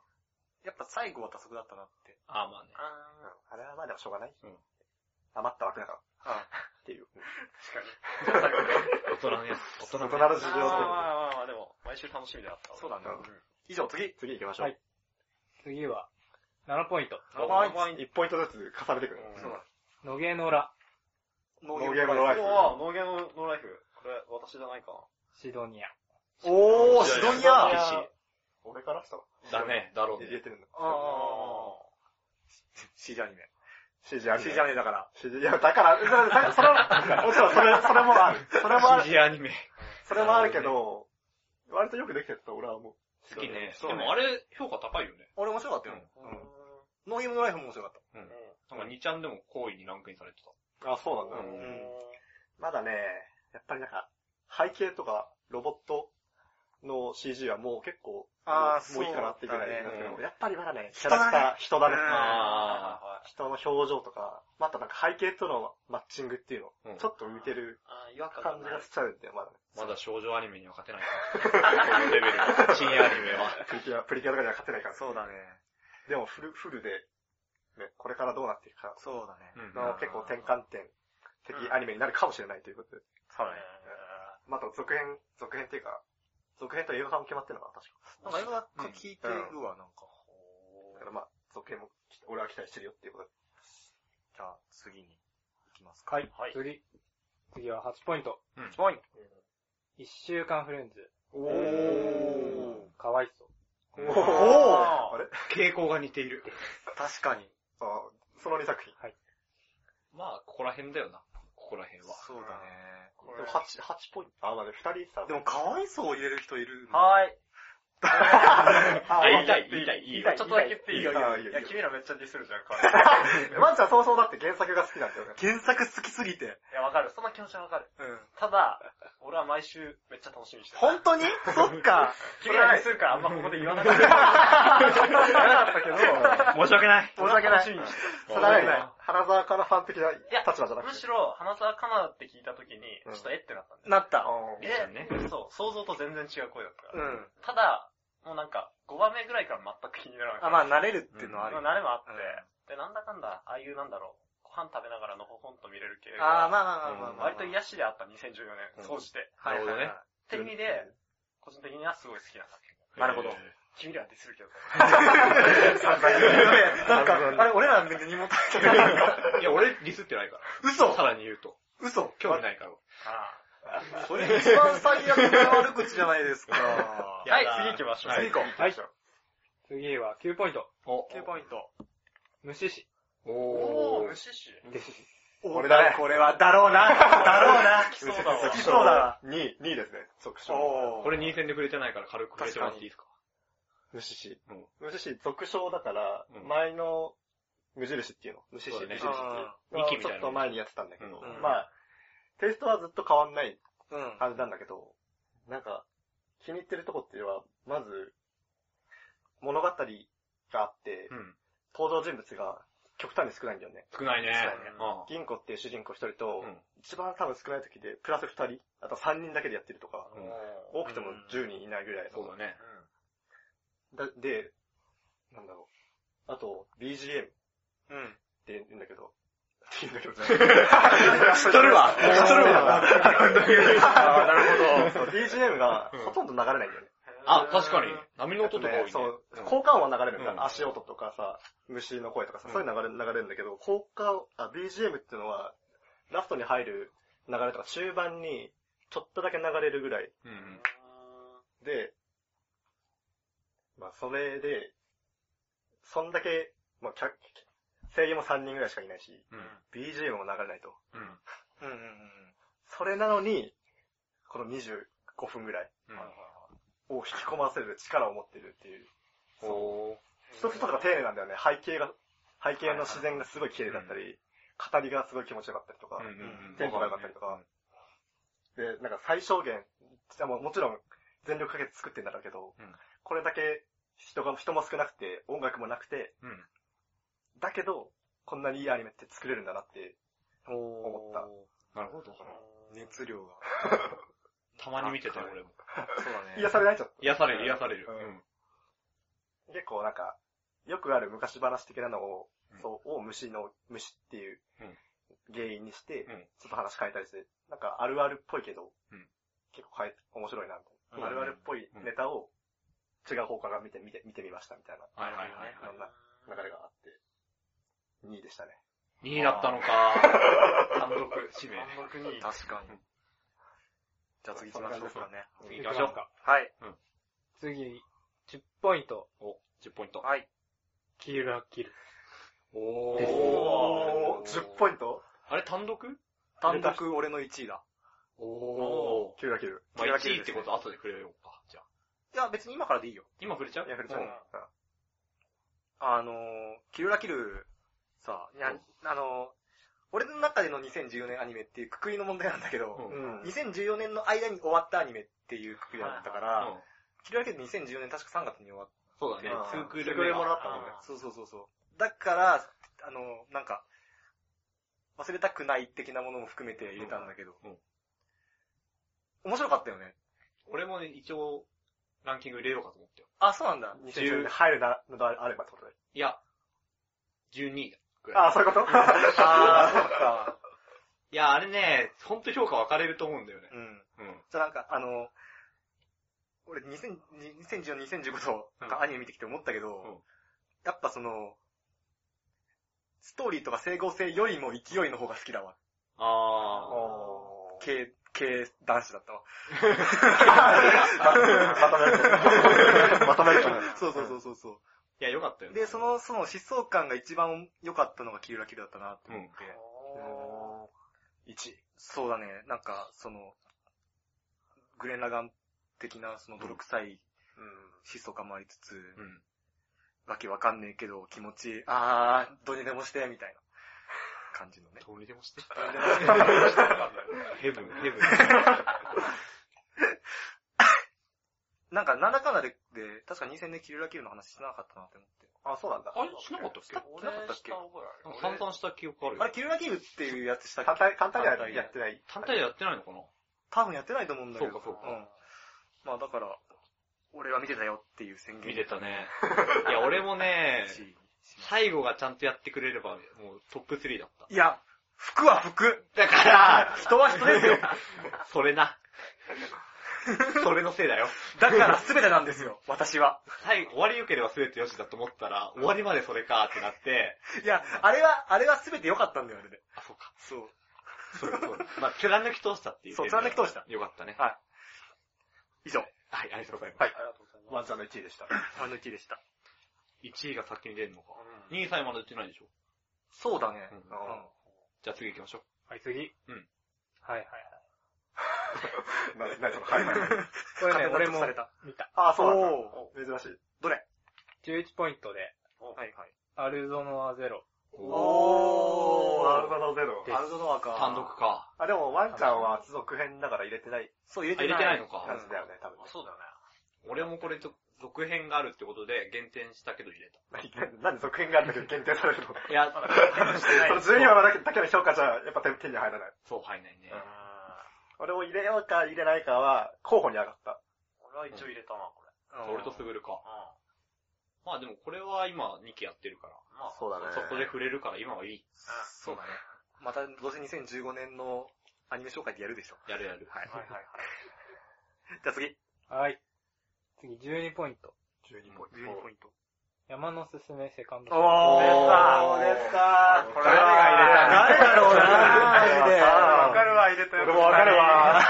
S4: やっぱ最後は打足だったなって。
S8: あーまあね。
S5: うんあれはまあでもしょうがない。
S8: うん
S5: 余った枠だから。
S4: あ
S5: っていう。
S8: 大人のやつ。大人
S5: 大
S8: のや
S2: まあ
S5: 人の事情と
S2: ま
S5: いう
S2: あまあま
S5: こ
S2: あ、でも、毎週楽しみであった。
S4: そうだね
S5: と。。うん
S4: 以上、次。
S5: 次行きましょう。
S9: はい次は、7ポイント。
S8: お
S5: 1ポイントずつ重ねていくる。
S2: うん
S4: そうだ。
S6: 野毛の裏、
S4: ノ
S5: ノーゲームのライフ
S3: おーノーゲームノーライフ。これ、私じゃないか
S6: シドニア。
S4: おー、シドニア
S3: シドニ
S5: 俺からした
S8: だね、だろう
S5: 入
S8: ね。
S5: れてるんだ。
S3: な。
S4: あー。CG アニメ。
S5: CG アニメ。
S4: CG アニメだから。
S5: CG いや、だから、だからそれは、もちろんそ れ、それもある。それもある、
S8: CG アニメ。
S5: それもあるけど、割とよくできてると俺はも
S8: 好きね。
S4: そう
S8: で
S4: ね
S8: もあれ、評価高いよね。
S4: 俺面白かったよ。うんノーゲームのライフも面白かった。
S8: なんか2ちゃんでも好意にランクインされてた。
S5: う、あ、そうなんだ。
S8: うん
S5: まだね、やっぱりなんか、背景とかロボットの CG はもう結構、
S4: あー
S5: もうもういいかなってぐら
S4: そう
S5: い
S4: だね
S5: なんですけど
S8: う
S5: やっぱりまだね、キャ
S4: だ
S5: ラ
S4: ね
S5: クター、人だね。
S4: うん
S8: あ
S5: 人の表情とか、またなんか背景とのマッチングっていうの、
S8: うん
S5: ちょっと見てる
S2: あー違和感
S5: 感じ
S2: がな
S5: が
S2: い
S5: し。ちゃうんで、まだね。
S8: まだ少女アニメには勝てないな。このレベル。深夜アニメは。
S5: プリキュア、プリキュアとかには勝てないから。
S4: そうだね。
S5: でもフル、フルで、ね、これからどうなっていくか
S4: そうだね。
S8: うん
S5: の結構転換点的アニメになるかもしれないということで。
S4: そうだね。
S5: また続編、続編っていうか、続編と映画化も決まってるのかな、確か。
S4: なんか映画が聞いてるわ、なんか。
S5: だからまあ、続編もき俺は期待してるよっていうことで。
S4: じゃあ、次に行きますか。
S6: はい。次。次は8ポイント。
S8: うん
S6: ポイント。1週間フレンズ。
S4: おー。
S6: かわいそう。
S5: お
S8: うん
S5: あれ
S8: 傾向が似ている。
S4: 確かに。
S5: あーその2作品。
S8: まあ、ここら辺だよな。ここら辺は。
S4: そうだね。
S5: でも8、八ポイント。あ、まあね、2人さ。
S4: でも、かわいそうを入れる人いるの
S2: はーい。
S5: あ
S8: あ、言いたい、言いたい、言いたい。
S2: ちょっとだけ言っていい
S5: いよ、いいよ、いいよ。
S3: 君らめっちゃディスるじゃん、彼。
S5: ワンちゃんそうそうだって原作が好きなんだよね。
S4: 原作好きすぎて。
S2: いや、わかる。その気持ちはわかる。
S4: うん。
S2: ただ、俺は毎週めっちゃ楽しみにしてる。
S4: 本当にそっか。
S2: 君らにするからあんまここで言わなかった。言わなかったけ ど、
S8: 申し訳ない。
S5: 申し訳な
S2: 楽
S5: い
S2: しみにしてる
S5: それはね、花沢からファン的な立場じゃなく
S2: む
S5: て。
S2: しろ、花沢香菜って聞いた時に、
S5: うん
S2: ちょっとえってなったんだよ。
S4: なった。
S5: あ
S8: いいじゃんね
S2: えそう、想像と全然違う声だった
S4: う
S2: から。
S4: ん。
S2: ただ、もうなんか、5番目ぐらいから全く気にならな
S4: あ、
S2: かっ
S4: まあ、慣れるっていうのはある
S2: た。
S4: よ。
S2: まあ、慣れもあって、
S4: うん
S2: で、なんだかんだ、ああいうなんだろう、ご飯食べながらのほほんと見れる系
S4: あー、
S2: が、
S4: まあまあまあまあまあ。
S2: 割と癒しであった2014
S8: うん
S2: 年、そうして。
S8: なるほどね。
S2: って意味で、個人的にはすごい好きな作品。
S8: なるほど。
S2: 君らはディスるけど。
S4: なんか、あれ、俺ら別にも食べてない
S8: いや、俺、ディスってないから。
S4: 嘘
S8: さらに言うと。
S4: 嘘
S8: 興味ないから。
S4: それ一番最悪な悪口じゃないですか。
S8: やだ
S2: はい、次行きましょう。
S8: はい
S2: 次行こう。
S6: はい。次は9ポイント。
S8: お
S4: 9ポイント。
S6: 虫師。
S8: お
S2: お
S8: ー
S2: ー、。虫師。
S5: 俺だね
S4: これは、だろうな。 だろうな。
S2: 来そうだわ。
S4: きそうだ。
S5: 2位、2位ですね。即
S4: な。
S5: 賞。
S4: お
S8: これ2戦で触れてないから軽く触れてもらっていいですか
S5: 無視し
S8: うん。
S5: 無視し、続賞だから
S8: う、ん
S5: 前の無印っていうの。無印、
S8: そうだ
S5: 無
S8: ね
S5: 印。
S4: あ
S8: 二期み
S5: ち
S8: たいな
S5: ょっと前にやってたんだけど、
S4: うん
S5: まあ、テイストはずっと変わんない
S4: ーうん。
S5: 感じなんだけど、なんか、気に入ってるとこっていうのは、まず、物語があって、
S8: うん。
S5: 登場人物が極端に少ないんだよね。
S8: 少ないね。う
S5: 銀行っていう主人公一人と、
S8: うん
S5: 一番多分少ない時で、プラス二人、あと三人だけでやってるとか、
S8: んうん
S5: 多くても10人いないぐらい
S8: そうだね。
S5: の。だで、なんだろう。あと、BGM っ
S4: うん。
S5: て言うんだけど、って言うんだけどね
S8: 知っとるわ知っとるわ
S4: あ ーなる
S5: そう BGM が
S8: うん
S5: ほとんど流れないんだよね。
S8: あ、確かに。波の音とか多いね。
S5: そう
S8: うん、
S5: 効果音は流れるんだ、
S8: うん
S5: 足音とかさ、虫の声とかさ、
S8: うん
S5: そういう流れ、流れるんだけど、効果音、あ、BGM っていうのは、ラストに入る流れとか、中盤にちょっとだけ流れるぐらい
S8: うんうん。
S5: で、まあ、それで、そんだけ、まあ、客声優も3人ぐらいしかいないし、
S8: うん
S5: BGM も流れないと。
S8: うん
S4: ほど。うんうん
S5: それなのに、この25分ぐらい
S8: うん
S5: を引き込ませる力を持ってるっていう。
S8: お
S5: 一つ一つが丁寧なんだよね。背景が、背景の自然がすごい綺麗だったり、語りがすごい気持ちよかったりとか
S8: ー。うん、うんうん
S5: テンポが良かったりとか。で、なんか最小限、あもうもちろん全力かけて作ってんだろうけど、
S8: うん
S5: これだけ人が、人も少なくて、音楽もなくて、
S8: うん。
S5: だけど、こんなにいいアニメって作れるんだなって、
S4: うん。お
S5: 思った
S8: なるほど。
S4: ー熱量が。
S8: たまに見てたよ、俺も。
S4: そうだね。
S5: 癒されないちょっ
S8: 癒される、癒される。
S5: う
S8: うんん。
S5: と。結構なんか、よくある昔話的なのを、
S8: うん
S5: そう、を虫の、虫っていう
S8: うん
S5: 原因にして、
S8: うん
S5: ちょっと話変えたりして、なんかあるあるっぽいけど、
S8: うん
S5: 結構変え、面白いな、みたいな。
S8: う
S5: あ
S8: ん
S5: るあるっぽいネタを違う方から見て、見て、見てみました、みたいな。
S8: はいはいはい
S5: いろんな流れがあって、2位でしたね。
S8: 2位だったのか。
S3: 単独指名。
S2: 単独に。
S4: 確かに。じゃあ次行きましょうかね。
S8: 次行きましょう。
S6: か。
S4: はい。
S6: 次、10ポイント。
S8: お、10ポイント。
S4: はい。
S6: キーラキル。
S8: お
S5: おー、10ポイント
S8: あれ単独
S4: 単独俺の1位だ。
S8: お
S5: お
S8: お。
S5: キルがキル。
S8: まあ
S4: キラキ
S8: 1
S4: ラ
S8: 位ってことは後でくれようか。じゃあ。
S4: いや、別に今からでいいよ。
S8: 今くれちゃう
S5: いや、フルちゃん。
S4: うん
S5: うん
S4: あのー、キルラキル、さ、いや、あのー、俺の中での2014年アニメっていうくくりの問題なんだけど、
S8: うん
S5: うん
S4: 2014年の間に終わったアニメっていうくくりだったから、
S8: うん
S4: キルラキル2014年確か3月に終わっ
S8: そうだね。
S5: うん
S8: 2クール
S5: ツークー
S8: 目
S5: ルもら
S8: が
S5: ったもんね
S4: た。そうそうそうそう。だから、あのー、なんか、忘れたくない的なものも含めて入れたんだけど、
S8: うんうん
S4: 面白かったよね。
S8: 俺もね、一応、ランキング入れようかと思ったよ。
S4: あ、そうなんだ。
S5: 2014年入るな、のであればってことで。
S8: いや、12位だ。くらい
S5: あー、そういう こと
S4: あ
S5: あ
S4: ー、そっか。
S8: いや、あれね、ほんと評価分かれると思うんだよね。
S4: うん。
S8: うん。
S4: じゃあなんか、あの、俺2000 2014、2015とかアニメ見てきて思ったけど、
S8: ん
S4: やっぱその、ストーリーとか整合性よりも勢いの方が好きだわ。
S5: ー
S8: あ
S5: おー。
S4: 系、系男子だったわ。
S5: まとめると。まとめると。
S4: そうそうそうそうそ
S8: ー。いや、よかったよ
S4: う。
S8: ね。
S4: で、その、その疾走感が一番良かったのがキルラキルだったなって
S8: う
S4: 思って。
S8: ん。
S5: 1。
S4: そうだね、なんか、その、グレンラガン的な、その泥臭い疾走感もありつつ、
S8: うん。
S4: わけわかんねえけど、気持ちいい。あー、どうにでもして、みたいな感じの ね。
S8: どうにでもして。
S3: あ
S8: ヘブン、ヘブン。
S4: なんか、なんだかんだで、で確か2000年キルラキルの話してなかったなって思って。
S5: あ、そうなんだ。
S8: あれしなかったっけ
S2: 俺した覚えある。
S8: 簡単した記憶ある
S4: あ
S8: よ
S4: れ、。キルラキルっていうやつしたっ
S5: 簡
S4: け
S5: 単、簡単にはやってない。
S8: 単体でやってないのかな
S4: 多分やってないと思うんだけど。
S8: そうかそうか
S4: ん。まあだから、俺は見てたよっていう宣言。
S8: 見て たね。いや、俺もね、
S4: し
S8: 最後がちゃんとやってくれれば、もうトップ3だった。
S4: いや、服は服
S8: だから、
S4: 人は人ですよ
S8: それ な。それのせいだよ。
S4: だから全てなんですよ、私は。
S8: 最後、終わり良ければ全て良しだと思ったら、終わりまでそれかってなって、
S4: いや、あれは、あれは全て良かったんだよ、あれで。
S8: あ、そうか。
S4: そう。
S8: そうそう。まあ、貫き通したっていう
S4: そう
S8: 点では。
S4: 貫き通した
S8: よかったね。
S4: 以上、
S8: はい、ありがとうございます。
S5: はい
S2: ありがとうございます。
S5: ワンちゃんの1位でした。
S4: あの1でした。
S8: 1位が先に出るのか。
S2: うん
S8: 2位さえまだ出てないでしょ。
S4: そうだね。
S8: うん
S4: うん
S8: じゃあ次行きましょう。
S6: はい、次。
S8: うん。
S6: はいはいはい。
S5: な、な、その、はいはいはい。
S6: これね、
S4: 勝
S6: 俺
S4: 手に
S6: も
S4: された
S6: 見た。
S5: あー、そうなんだ。
S4: お
S5: 珍しい。
S6: 11ポイントで、
S4: ーはいはい。
S6: アルゾノアゼロ。
S5: おー、アルドノゼロ。
S4: アルドノアか。
S8: 単独か。
S5: あ、でもワンちゃんは続編だから入れてない
S4: そう、入れ
S8: あ
S4: て
S8: 入
S4: ない。
S8: れてないのか。
S5: 感じだよね、多分
S2: あ、。そうだよね。
S8: 俺もこれと、続編があるってことで減点したけど入れた。
S5: なんで続編があるんだけど限定される の
S8: いや、
S5: その14話だけだけの評価じゃ、やっぱ手手に入らない。
S8: そう、入んないね。
S5: 俺を入れようか入れないかは、候補に上がった。
S2: 俺は一応入れたな、これ。
S8: 俺とすぐるか。
S2: う
S8: まあでもこれは今2期やってるから。
S2: ん。まあ、
S5: そうだね
S8: そこで触れるから今はいい。
S4: そうだね。また、どうせ2015年のアニメ紹介でやるでしょ。
S8: やるやる。
S4: はい。
S2: はいはいはい。
S4: じゃあ次。
S6: はい。次、12ポイント。
S5: 12
S8: ポ
S5: ポ
S8: イ
S5: イ
S4: 12ポイント。
S6: 山のすすめセカンド。
S4: お
S5: ー
S4: 出
S5: 出
S4: た
S5: これ
S4: 誰が入れた
S5: 誰だろうなマジで
S4: わ
S5: わ
S4: か
S5: か
S4: るわ、入れた
S5: 俺もわかる。わ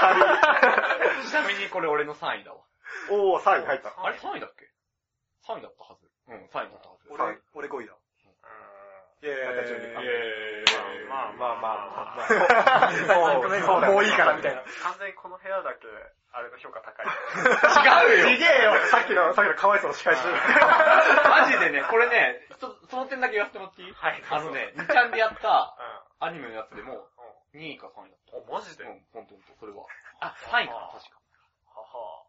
S8: ちなみにこれ俺の3位だわ。
S5: おー、3位入った。
S8: あれ3位だっけ ?3 位だったはず。うん、3位だったはず。
S5: は
S4: 俺
S5: い、
S4: 俺5位だ。
S5: イェーイ。
S8: え
S2: まあまあまあま あ。
S5: そうだね
S4: もういいから、みたいな。
S2: 完全にこの部屋だけ、あれの評価高い。
S8: 違うよ
S5: すげえよさっきの、さっきのかわいそうの仕返し。
S8: マジでね、これね、そその点だけ言わせてもらっていいはい。あのね、2ちゃんでやった
S2: う
S8: アニメのやつでも、2位か3位だった。
S2: ん。お、マジで
S8: う
S2: は
S8: ん、ほんとほんと、それは。あ、3位かな、確か。
S2: は。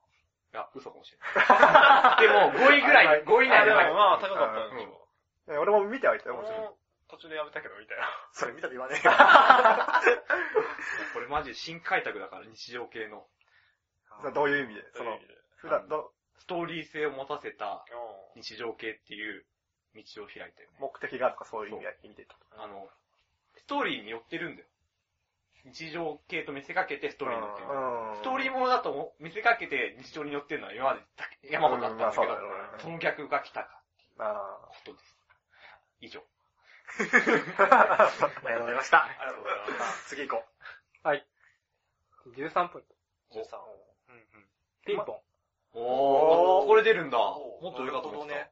S8: いや、嘘かもしれ ない。でも、5位ぐらい、5位以
S2: い
S8: 内
S2: や、
S8: で
S2: でも
S8: 入っ
S2: まあ、高かったんでしょ。
S5: 俺も見てはいたよ、
S2: 俺
S5: もちろん。
S2: も途中でやめたけど、みたいな。
S4: それ見たら言わねえから。
S8: たこれマジ新開拓だから、日常系の。
S5: それどういう意味でその、普段、ど、
S8: ストーリー性を持たせた
S2: う
S8: 日常系っていう道を開いたよね。
S5: 目的がとかそういう意味で見てた。
S8: あの、ストーリーに寄ってるんだよ。日常系と見せかけてストーリーに寄ってる。ストーリーものだとも見せかけて日常に寄ってるのは今までだけ山ほどだったんだけど、
S5: うんまあそうだよね
S8: その逆が来たか
S5: あ
S8: ことです。以上。
S4: ありがとうございました。
S3: ありがとうございます。
S4: 次行こ
S6: 13分。
S3: 13
S6: うんうん。ピンポン。
S8: おー、これ出るんだ。
S4: う。
S8: もっと上かと思ってた。
S4: ね。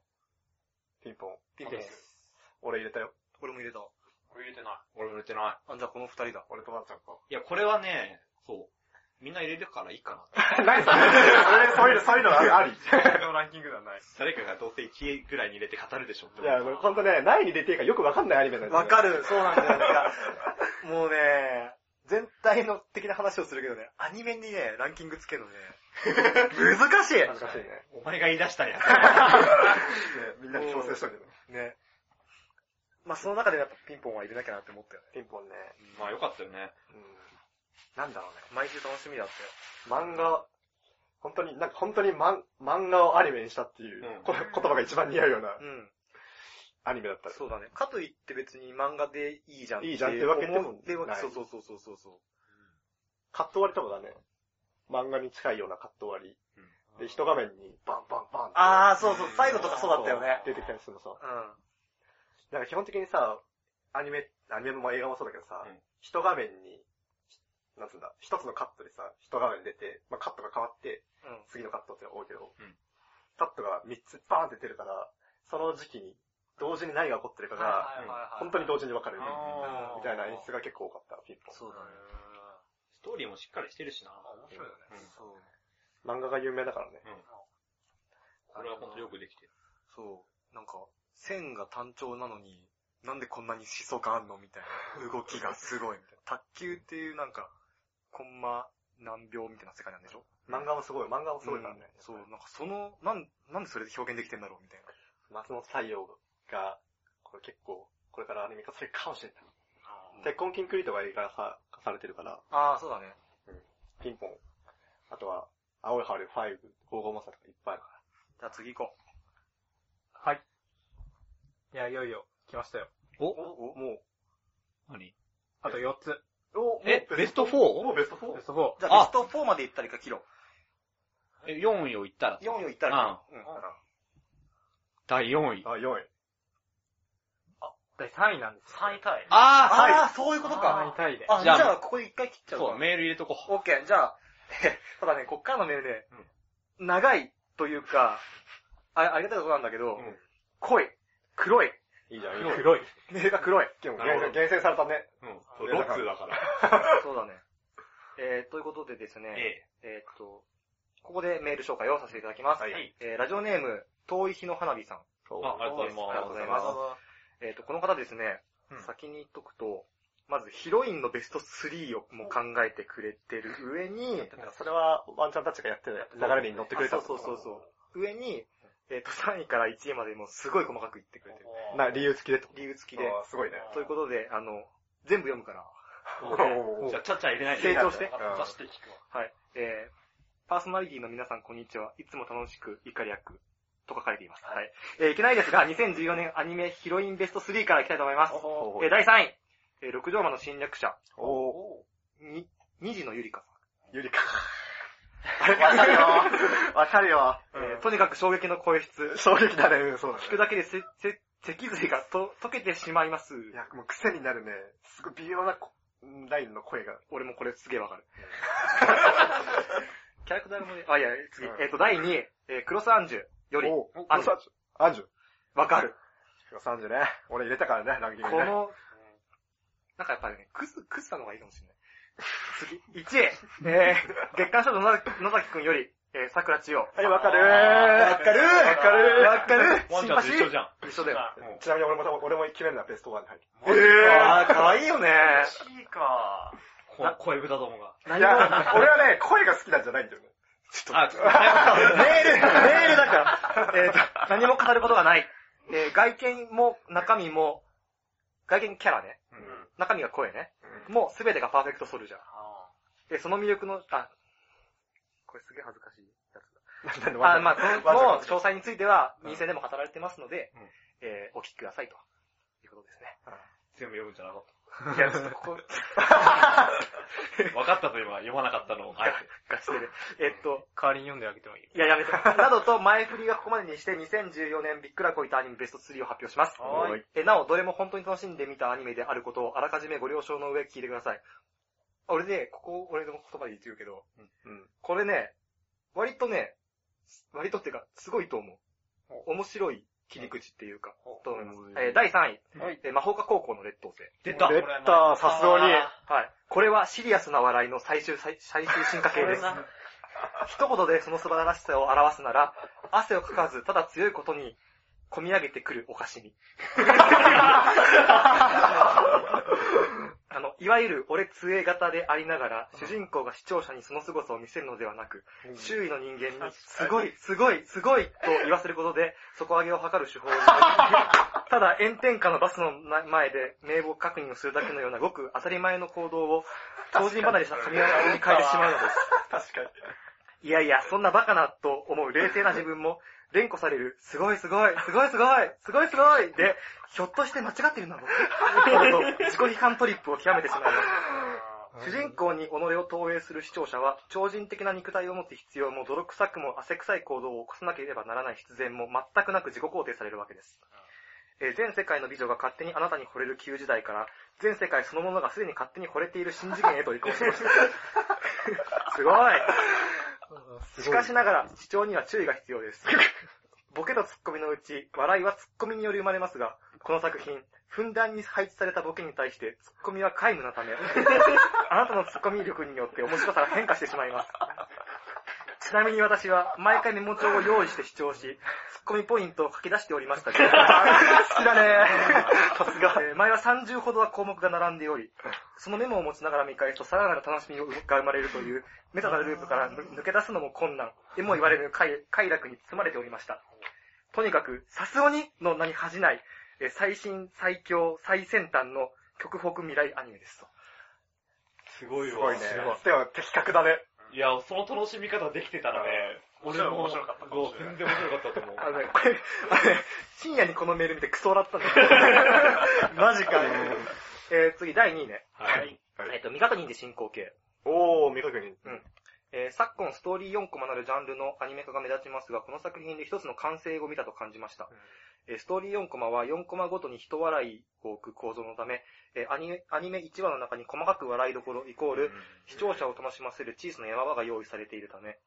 S5: ピンポン。
S4: ピンポンです。
S5: 俺入れたよ。
S4: これも入れた。
S3: これ入れてない。
S8: 俺も入れてない。
S4: あ、じゃあこの二人だ。
S5: 俺とワンちゃんか。
S8: いや、これはね、そう。みんな入れるからいいかな。
S5: 何それそう いうの、そういうのあり
S3: のランキングではない。
S8: 誰かがどうせ1位ぐらいに入れて語るでしょって
S5: い
S8: 思っ
S5: や、ほんとね、何に出ていいかよくわかんないアニメなん
S4: わか
S5: る。
S4: る、そうなんだよ。いやもうね、全体の的な話をするけどね、アニメにね、ランキングつけるのね、難しい
S5: 難しいね。
S8: たお前が言い出したんや。
S5: みんなに強制しとけど。
S4: ね。まあその中でやっぱピンポンは入れなきゃなって思ったよね。
S5: ピンポンね。
S8: まあよかったよね。
S5: うん。なんだろうね。
S4: 毎週楽しみだったよ。
S5: 漫画、本当に、なんか本当に漫漫画をアニメにしたっていう、
S8: うん
S5: こ言葉が一番似合うような
S4: うん。
S5: アニメだったね
S4: そうだね。かといって別に漫画でいいじゃん
S5: いいじゃんってわけで
S4: 思
S5: も
S4: っては
S5: ない
S4: そうそうそうそうそうそう。
S5: カット割りとかがね、漫画に近いようなカット割り。で、一画面にバンバンバンって
S4: あー、そうそう、最後とかそうだったよね。
S5: 出てきたりするのさ。
S4: うん。
S5: なんか基本的にさ、アニメ、アニメも映画もそうだけどさ、
S8: うん
S5: 一画面に、なんつうんだ、一つのカットでさ、一画面出て、まあ、カットが変わって、
S4: うん
S5: 次のカットって多いけど、
S8: うん
S5: カットが3つバーンって出るから、その時期に、同時に何が起こってるかが、
S8: いはい
S5: 本当に同時にわかる、
S4: あー
S5: みたいな演出が結構多かった、ピンポ
S4: そうだね。
S8: ストーリーもしっかりしてるしな。
S3: 面白いよね
S8: うん
S4: そう。
S5: ン。漫画が有名だからね。
S8: これは本当よくできてる。
S4: そう。なんか、線が単調なのに、なんでこんなに思想感あんのみたいな。動きがすごい。みたい な。卓球っていうなんか、コンマ何秒みたいな世界なんでしょ
S5: 漫画もすごい、漫画もすごいからね。
S4: うんそう、なんかその、なん、なんでそれで表現できてんだろうみたい
S5: 松本太陽が、これ結構、これからアニメ化するかもしれない。
S4: な。
S5: 鉄、婚キンクリートが映画化されてるから、
S4: ああ、そうだね。
S5: ピンポン。あとは、青い春5、ゴーゴーマサとかいっぱいあるか
S4: じゃあ次行こ
S6: はい。いや、いよいよ、来ましたよ。
S4: う。おおもう。
S8: 何
S6: あと4つ。
S5: お
S8: え、ベスト 4?
S5: ら。もうベスト 4?
S6: ベスト4。
S4: じゃ
S8: あ
S4: あベスト4まで行ったりか切ろ
S8: え、4位を言った
S4: う。
S8: ら
S4: 4位を行ったら切ろう。うん。
S8: 第4位。
S5: あ、4位。
S6: 第3位なんですよ。
S2: 3位タイ。
S8: あー、
S4: ああ、そういうこと
S6: 3
S4: か
S6: 位。タイで。
S4: あ、
S8: じ
S4: じ
S8: ゃあ
S4: ゃあここで一回切っちゃうか
S8: そう、メール入れとこ
S4: オッケー、じゃあ、 ただね、こっからのメールで、長いというか、あありがたいことなんだけど、
S8: うん
S4: 濃い、黒い、
S5: いいじゃん、いいじゃん。
S6: 黒い。
S4: メールが黒い。
S5: でも
S8: なるほど
S5: 厳選されたね。
S8: う。うん。そうロッツだから。
S4: そうだね。えー、ということでですね、
S8: え
S4: えーっと、ここでメール紹介をさせていただきます。
S8: はい
S4: えーラジオネーム、遠い日の花火さん。
S8: え。あ、ありがとうございます。
S4: ありがとうございます。えーっと、この方ですね、
S8: うん
S4: 先に言っとくと、まずヒロインのベスト3をもう考えてくれてる上に、
S5: それは、ワンちゃんたちがやってる流れに乗ってくれた
S4: あそうそうそうそう。上に、えっ、と、3位から1位までもうすごい細かく言ってくれてる。
S5: うな、理由付きでと。
S4: 理由付きで。
S5: あーすごいね。
S4: ということで、あの、全部読むから。
S5: おー
S8: じゃあ、ちゃっちゃ入れないで。
S4: 成長して。
S5: うん
S2: 出して聞くわ。
S4: はい。えー、パーソナリティの皆さんこんにちは。いつも楽しく、怒り役。と書かれています。はい。えーいけないですが、2014年アニメヒロインベスト3からいきたいと思います。
S5: お
S4: えー
S5: ー
S4: 第3位。えー、六条間の侵略者。
S5: お
S4: に、二時のゆりかさん。
S5: ゆりか。わかるよ。わかるよ。
S4: えーとにかく衝撃の声質。
S5: 衝撃だね、うんそうだね
S4: 聞く。だけでせ、せ、脊髄がと、溶けてしまいます。
S5: いや、もう癖になるね。すごい微妙なこラインの声が。
S4: 俺もこれすげえわかる。 キャラクターもね、あ、いや、次。えっ、と、第2位、えー、クロスアンジュより、
S5: お
S4: アンジュ
S5: 30。アンジュ。
S4: わかる。
S5: 30ね。俺入れたからね、ランキング
S4: こ
S5: にね。
S4: の、なんかやっぱりね、クズ、クズなのがいいかもしれない。 次、1位、えー、月刊少女野崎野崎くんより、えー、桜千代。
S5: はい、わかるー。
S4: わかるわかるわかる
S8: ワンちゃんと一緒じゃん。
S4: 一緒だよ。
S5: ちなみに俺も、俺も決めるのはベストワンに入る。
S4: えー、あー、かわいいよね。
S2: 1位か。
S8: こ声豚どもが。
S5: いや、俺はね、声が好きなんじゃないんだよね。
S8: あ、
S4: メール、メールだ から。えーと、何も語ることがない。えー、外見も中身も、外見キャラね。
S8: うん
S4: 中身が声ね。もうすべてがパーフェクトソルジャー。で、その魅力の、あ、これすげえ恥ずかしいや
S5: なん
S4: つ
S5: で
S4: だ。
S5: わ
S4: あ、
S5: ざわざ
S4: まあ、その、もう詳細については、2戦でも語られてますので、
S8: うん
S4: えーお聞きくださいと。いうことですね。
S8: 全部読むんじゃなかっ
S4: いや、ちょっとここ、
S8: 分かったと今、読まなかったのを、あえて。
S4: がしてる。えっと、
S6: 代わりに読んであげてもいい
S4: いや、やめて。などと、前振りがここまでにして、2014年ビッくらこいたアニメベスト3を発表します。
S5: はーい
S4: えなお、どれも本当に楽しんで見たアニメであることを、あらかじめご了承の上聞いてください。俺ね、ここ、俺の言葉で言ってるけど、
S5: うん。
S4: これね、割とね、割とっていうか、すごいと思う。面白い切り口っていうか、と思います。えー第3位、えー魔法科高校の劣等生。
S8: 出た
S5: レッター、さすがに。
S4: はい。これはシリアスな笑いの最終、最最終進化系です。一言でその素晴らしさを表すなら、汗をかかず、ただ強いことに、込み上げてくるおかしみ。 あの、いわゆる俺杖型でありながら、主人公が視聴者にその凄さを見せるのではなく、周囲の人間に、すごい、すごい、すごいと言わせること で、底上げを図る手法をただ炎天下のバスの前で名簿確認をするだけのようなごく当たり前の行動を当人離れした神業に変えてしまうのです。
S5: 確かに。
S4: いやいや、そんなバカなと思う冷静な自分も、連呼される、すごいすごい、すごいすごい、すごいすごいで、ひょっとして間違ってるんだろ うなど自己批判トリップを極めてしまいます。主人公に己を投影する視聴者は、超人的な肉体を持つ必要も泥臭くも汗臭い行動を起こさなければならない必然も全くなく自己肯定されるわけです。えー全世界の美女が勝手にあなたに惚れる旧時代から、全世界そのものがすでに勝手に惚れている新次元へと移行しました。すごいしかしながら、視聴には注意が必要です。ボケとツッコミのうち、笑いはツッコミにより生まれますが、この作品、ふんだんに配置されたボケに対して、ツッコミは皆無なため、あなたのツッコミ力によって面白さが変化してしまいます。ちなみに私は、毎回メモ帳を用意して視聴し、ツッコミポイントを書き出しておりましたけど、好きだねさすが。えー前は30ほどは項目が並んでおり、そのメモを持ちながら見返すと、さらなる楽しみが生まれるという、メタなループから抜け出すのも困難、でも言われる快快楽に包まれておりました。とにかく、さすがにの名に恥じない、えー最新、最強、最先端の極北未来アニメですと。
S8: すごい
S5: すご
S8: わ。
S5: いね。でも、的確だね。
S8: いや、その楽しみ方できてたらね、俺も、
S3: 面白かったかもしれない
S8: 全然面白かったと思う。
S4: あのね、これ、あのね深夜にこのメール見てクソ笑ったんだけど マジかよ。えー、次、第2位ね。
S8: はい。
S4: えっ、と、未確認で進行形。
S5: おー、未確認。
S4: えー昨今ストーリー4コマなるジャンルのアニメ化が目立ちますが、この作品で一つの完成を見たと感じました。えーストーリー4コマは4コマごとに一笑いを置く構造のため、えーアニメ、アニメ1話の中に細かく笑いどころイコール、視聴者を楽しませる小さな山場が用意されているため、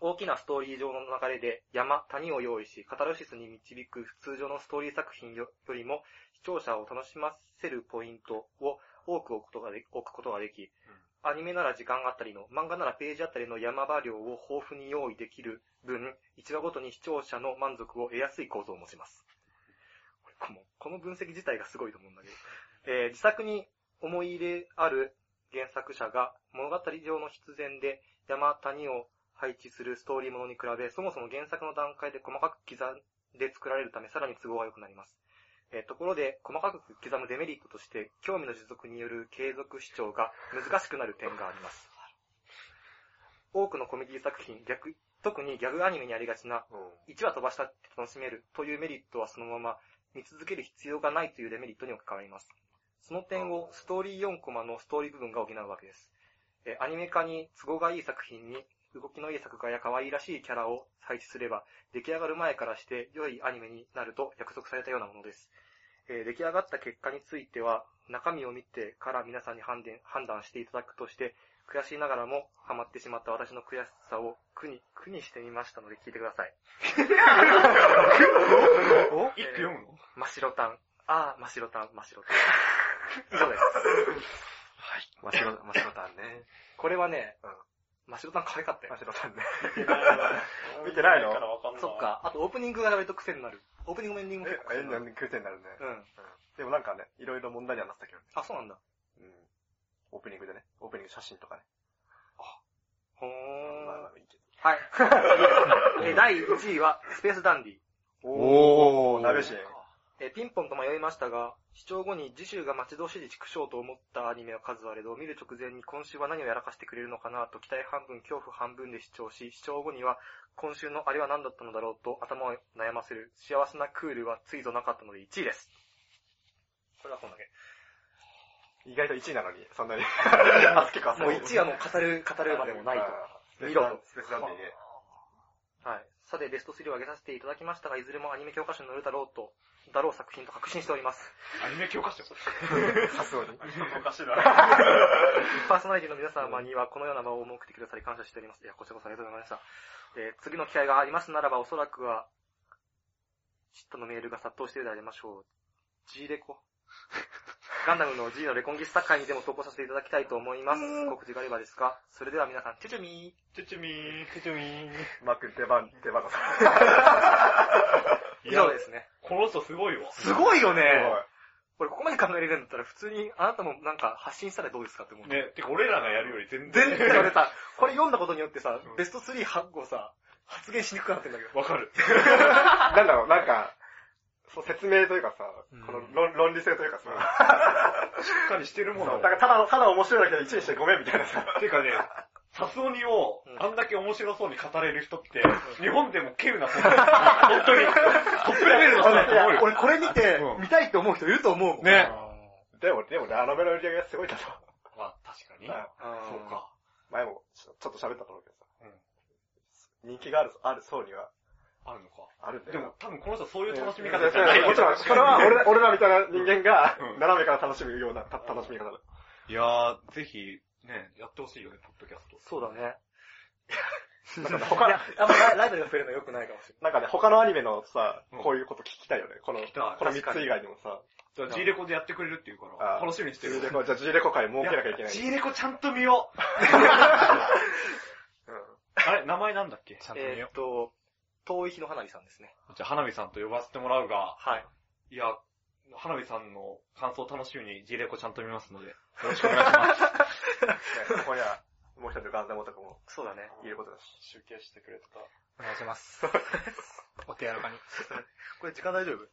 S4: 大きなストーリー上の流れで山、谷を用意し、カタルシスに導く通常のストーリー作品よよりも、視聴者を楽しませるポイントを多く置くことがで置くことができ、アニメなら時間あたりの、漫画ならページあたりの山場量を豊富に用意できる分、1話ごとに視聴者の満足を得やすい構造を持ちます。このこの分析自体がすごいと思うんだけど、えー自作に思い入れある原作者が物語上の必然で山谷を配置するストーリーものに比べ、そもそも原作の段階で細かく刻んで作られるため、さらに都合が良くなります。えーところで、細かく刻むデメリットとして、興味の持続による継続視聴が難しくなる点があります。多くのコメディ作品、逆、特にギャグアニメにありがちな、1話飛ばしたって楽しめるというメリットはそのまま見続ける必要がないというデメリットに置き換わります。その点をストーリー4コマのストーリー部分が補うわけです。えーアニメ化に都合がいい作品に動きのいい作画や可愛らしいキャラを配置すれば出来上がる前からして良いアニメになると約束されたようなものです。えー出来上がった結果については中身を見てから皆さんに判断判断していただくとして悔しいながらもハマってしまった私の悔しさを苦に、苦にしてみましたので聞いてください。
S8: お一句読むの
S4: 真白タン。ああ、真白タン、真白 タン。以上です。
S5: 真っ白、真っ白たんね。
S4: これはね、真白タン可愛かったよ
S5: 真っ。白たんね。
S8: 見
S5: てないの
S8: からわかんない
S4: そっ。か。あとオープニングが割と癖になる。オープニングもエンディングも結構
S5: え、
S4: 癖にな
S5: なん
S4: る。
S5: で9点になるね。
S4: うん。
S5: でもなんかね、いろいろ問題にはなってたけどね。
S4: あ、そうなんだ。
S5: うん。オープニングでね。オープニング写真とかね。
S4: ほーん
S5: まあま。あいいけ
S4: はい。え、第1位は、スペースダンディ。
S5: ど。おー、鍋シーン。
S4: えーピンポンと迷いましたが、視聴後に次週が待ち遠しい畜生と思ったアニメは数あれど、見る直前に今週は何をやらかしてくれるのかなと期待半分、恐怖半分で視聴し、視聴後には今週のあれは何だったのだろうと頭を悩ませる幸せなクールはついぞなかったので1位です。これはこんだけ。
S5: 意外と1位なのに、そんなに。 あ、結構
S4: もう1位はもう語る、語るまでもないと。
S5: と
S4: 見ろと
S5: スペースランディで。
S4: はい。さて、ベスト3を挙げさせていただきましたが、いずれもアニメ教科書に載るだろうと、だろう作品と確信しております。
S8: アニメ教科書
S5: さすがに。
S2: おかしいな。
S4: パーソナリティの皆様にはこのような場を設けてくださり感謝しております。いや、こちらこそありがとうございました。えー次の機会がありますならば、おそらくは、嫉妬のメールが殺到しているでありましょう。G レコ。ガンダムの G のレコンギスタ会にでも投稿させていただきたいと思います。告知があればですが、それでは皆さん、チュチュミー。
S8: チュチュミー。
S5: うまく出番、出番 がさ。
S4: 以上ですね。
S8: この人すごいわ。
S4: すごいよね
S5: すごい
S4: これここまで考えれるんだったら、普通にあなたもなんか発信したらどうですかって思う。
S8: ね、てか俺らがやるより全
S4: 全
S8: 然。
S4: 然俺さ、これ読んだことによってさ、ベスト3発行さ、発言しにくくなってんだけど。
S8: わかる。
S5: なんだろう、なんか、そう説明というかさ、この論論理性というかさ、
S8: しっかりしてるも
S5: そう
S8: の。
S5: なんかただの、ただ面白いだけど1位にしてごめんみたいなさ。
S8: てかね、サスオニを
S4: うん
S8: あんだけ面白そうに語れる人って、日本でも稀有な人だよ本当に、トップレベルの人だと思うよ。
S4: 俺これ見て
S8: う、ん
S4: 見たいって思う人いると思うもん。
S8: ね。
S5: でも、でも、ラノベの売り上げがすごいんだと。
S8: まあ、確かに。
S4: あー
S8: そう。か。
S5: 前もちょちょっと喋ったと思うけどさ。
S8: うん
S5: 人気がある、ある層には
S8: あるのか。
S5: あるんだ
S8: で
S5: よ
S8: も、多分この人はそういう
S5: な。
S8: 楽しみ
S5: いや
S8: 方じゃないい。
S5: やもちろん、それは俺ら俺らみたいな人間が
S8: う、ん
S5: 斜めから楽しむようなた楽しみ方だ。
S8: いやー、ぜひ、ね、やってほしいよね、ポッドキャスト。
S4: そうだね。
S5: なんかね
S4: いや
S5: 他、、
S4: あんまラライブで増えるの良くないかもしれ
S5: なんかね、他のアニメのさ
S8: うん、
S5: こういうこと聞きたいよね。この、
S8: きたい
S5: この3つ以外にもさ。
S8: じゃあ G レコでやってくれるっていうから
S5: あ、ー
S8: 楽しみにしてる
S5: G レコ、じゃあ G レコ会設けなきゃいけない。
S8: G レコちゃんと見よう。
S5: うん
S8: あれ、名前なんだっけちゃんと見
S4: ない。えー
S8: よ
S4: っと、遠い日の花火さんですね。
S8: う。じゃあ、花火さんと呼ばせてもらうが、
S4: はい。
S8: いや、花火さんの感想を楽しみに G レコちゃんと見ますので、よろしくお願いします。
S5: ねここには、もう一人ガンダムとかも
S4: そうだね。
S5: いることだし。
S3: 集計してくれとか。
S6: お願いします。お手柔らかに。
S4: これ時間大丈夫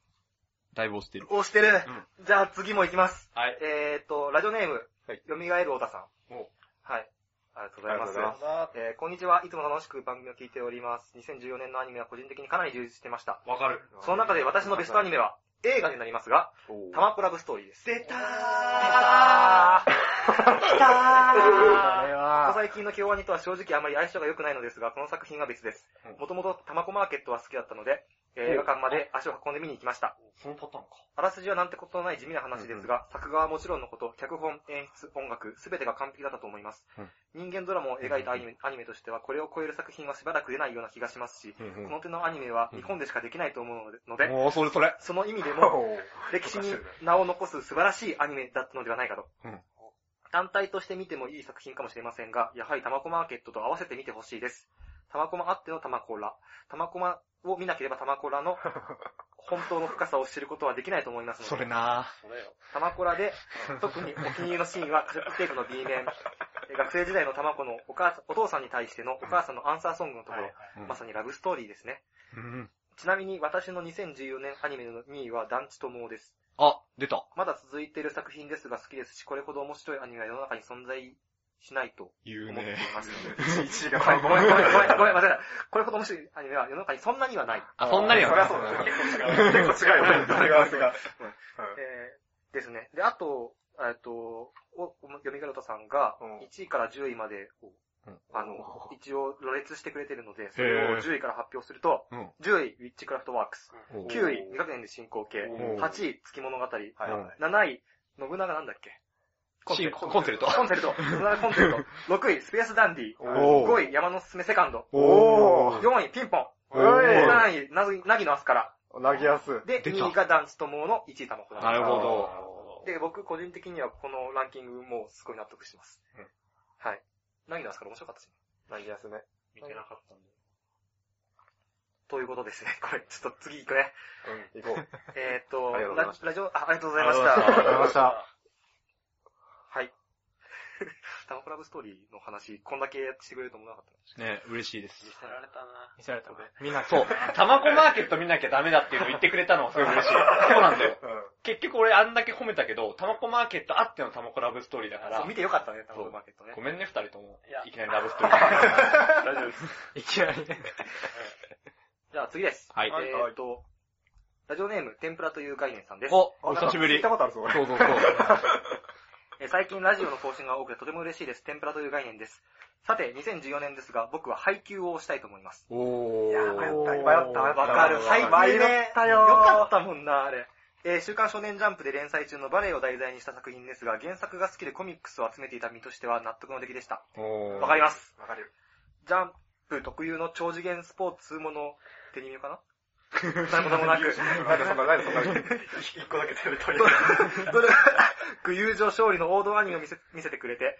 S8: だいぶ押してる。
S4: 押してる
S8: うん。
S4: じゃあ次も行きます。
S8: はい。
S4: えーっと、ラジオネーム
S5: はい、
S4: よみがえるおたさん。
S8: お
S4: はい。ありがとうございま
S5: あり
S4: す
S5: がとうございます。
S4: えーこんにちは。いつも楽しく番組を聞いております。2014年のアニメは個人的にかなり充実してました。
S8: わかる。
S4: その中で私のベストアニメは映画になりますが、タマプラブストーリーです。出たー来たーここ最近の京アニとは正直あまり相性が良くないのですが、この作品は別です
S8: うん。
S4: もともとタマコマーケットは好きだったので、えー映画館まで足を運んで見に行きました。
S8: そのパターンか。
S4: あらすじはなんてことのない地味な話ですが、作画はもちろんのこと、脚本、演出、音楽、すべてが完璧だったと思います。
S8: うん
S4: 人間ドラマを描いたアニメアニメとしては、これを超える作品はしばらく出ないような気がしますし、この手のアニメは日本でしかできないと思うのでので、
S8: もう、それそれ。
S4: その意味で
S5: お
S4: も、
S5: ー
S4: 歴史に名を残す素晴らしいアニメだったのではないかと。
S8: うん
S4: 単体として見てもいい作品かもしれませんが、やはりタマコマーケットと合わせて見てほしいです。タマコマあってのタマコラ。タマコマを見なければタマコラの本当の深さを知ることはできないと思いますので、
S8: な
S3: それよ。
S4: タマコラで、特にお気に入りのシーンはカセットテープの B 面、え学生時代のタマコのお母さんお父さんに対してのお母さんのアンサーソングのところ、
S8: うん
S4: まさにラブストーリーですね。
S8: うん。
S4: ちなみに私の2014年アニメの2位は団地ともです。
S8: あ、出た。
S4: まだ続いている作品ですが好きですし、これほど面白いアニメは世の中に存在しないと
S8: 言
S4: 思
S8: う
S4: ってい
S8: ね。
S4: ます。
S5: 1位が
S4: ごめん、ごめん、ごめん、ごめん、ごめん、間違えた。これほど面白いアニメは世の中にそんなにはない。
S8: あ、そんなには
S5: そりゃそうだよ。結構違うよね。誰が誰
S4: え
S5: が。
S4: ー、ですね。で、あと、えっと、お、読みがろたさんが
S5: うん、
S4: 1位から10位までを
S8: うん、
S4: あの、一応、羅列してくれてるので、そ
S8: へ
S4: れを
S8: ー
S4: 10位から発表すると
S8: うん、
S4: 10位、ウィッチクラフトワークス。
S8: お
S4: 9位、未学年で進行形。
S8: お
S4: 8位、月物語。7
S5: はいはい。
S4: 位、信長なんだっけ
S8: コンセルト。コンセルト。
S4: コンセルト、信長コンセ ルト。6位、スペースダンディ。
S8: おー
S4: 5位、山のすすめセカンド。
S8: おー。
S4: 4位、ピンポン。
S5: おい
S4: 7位、なぎなぎのアスカラ。
S5: 投げやすい。
S4: で、
S8: 出た
S4: 2位がダンスとモーの1位玉子
S8: なるほど。
S4: で、僕個人的にはこのランキングもすごい納得してます。
S8: うん
S4: はい。なぎのアスカラ面白かったですね。
S5: 投げやすいね。
S3: 見てなかったんで。
S4: ということですね。 これ、ちょっと次行くね。
S5: うん、行こう。
S4: えーっ と、
S5: ありがとうござい
S4: ラ
S5: まし
S4: ラジオ、あ、ありがとうございまし
S8: ありがとうござい
S4: た。
S5: りました。
S4: はい。 タマコラブストーリーの話、こんだけしてくれると思わなかっ
S8: ね、嬉しいです。
S2: 見せられたな。
S6: 見せられたね。みんな、
S8: そう。タマコマーケット見なきゃダメだっていうの言ってくれたのはすごい嬉しい。そうなんだよ。結局俺あんだけ褒めたけど、タマコマーケットあってのタマコラブストーリーだか
S4: た。そう
S8: ら
S4: 見、てよかったね、タマコマーケットね
S8: ご。めんね、二人とも
S2: いや。
S8: いきなりラブストーリー。
S3: 大丈夫です。
S6: いきなりね。
S4: じゃあ次です。
S8: はい。
S5: はい
S4: えーっと、ラジオネーム、天ぷらという概念さんです。
S8: お、お久しぶ
S5: 聞い
S8: り。
S5: た
S8: そう
S5: ことあるぞ、俺。
S8: そうそう。
S4: えー最近ラジオの更新が多くてとても嬉しいです。天ぷらという概念です。さて、2014年ですが、僕は配給をしたいと思います。
S5: おー。
S4: いやー迷った
S5: 迷った。
S4: わかる。配
S5: 迷
S4: 給ね
S5: っ。たよー。
S4: よかったもんな、あれ。えー週刊少年ジャンプで連載中のバレエを題材にした作品ですが、原作が好きでコミックスを集めていた身としては納得の出来でした。
S5: おー
S4: わかります。
S5: わかる。
S4: ジャンプ特有の超次元スポーツもの、手に入れよう かななんこともなく、
S5: なんでそんな、なんでそんな。
S4: 一個だけ取れとり努力、友情勝利の王道アニメを見せ見せてくれて、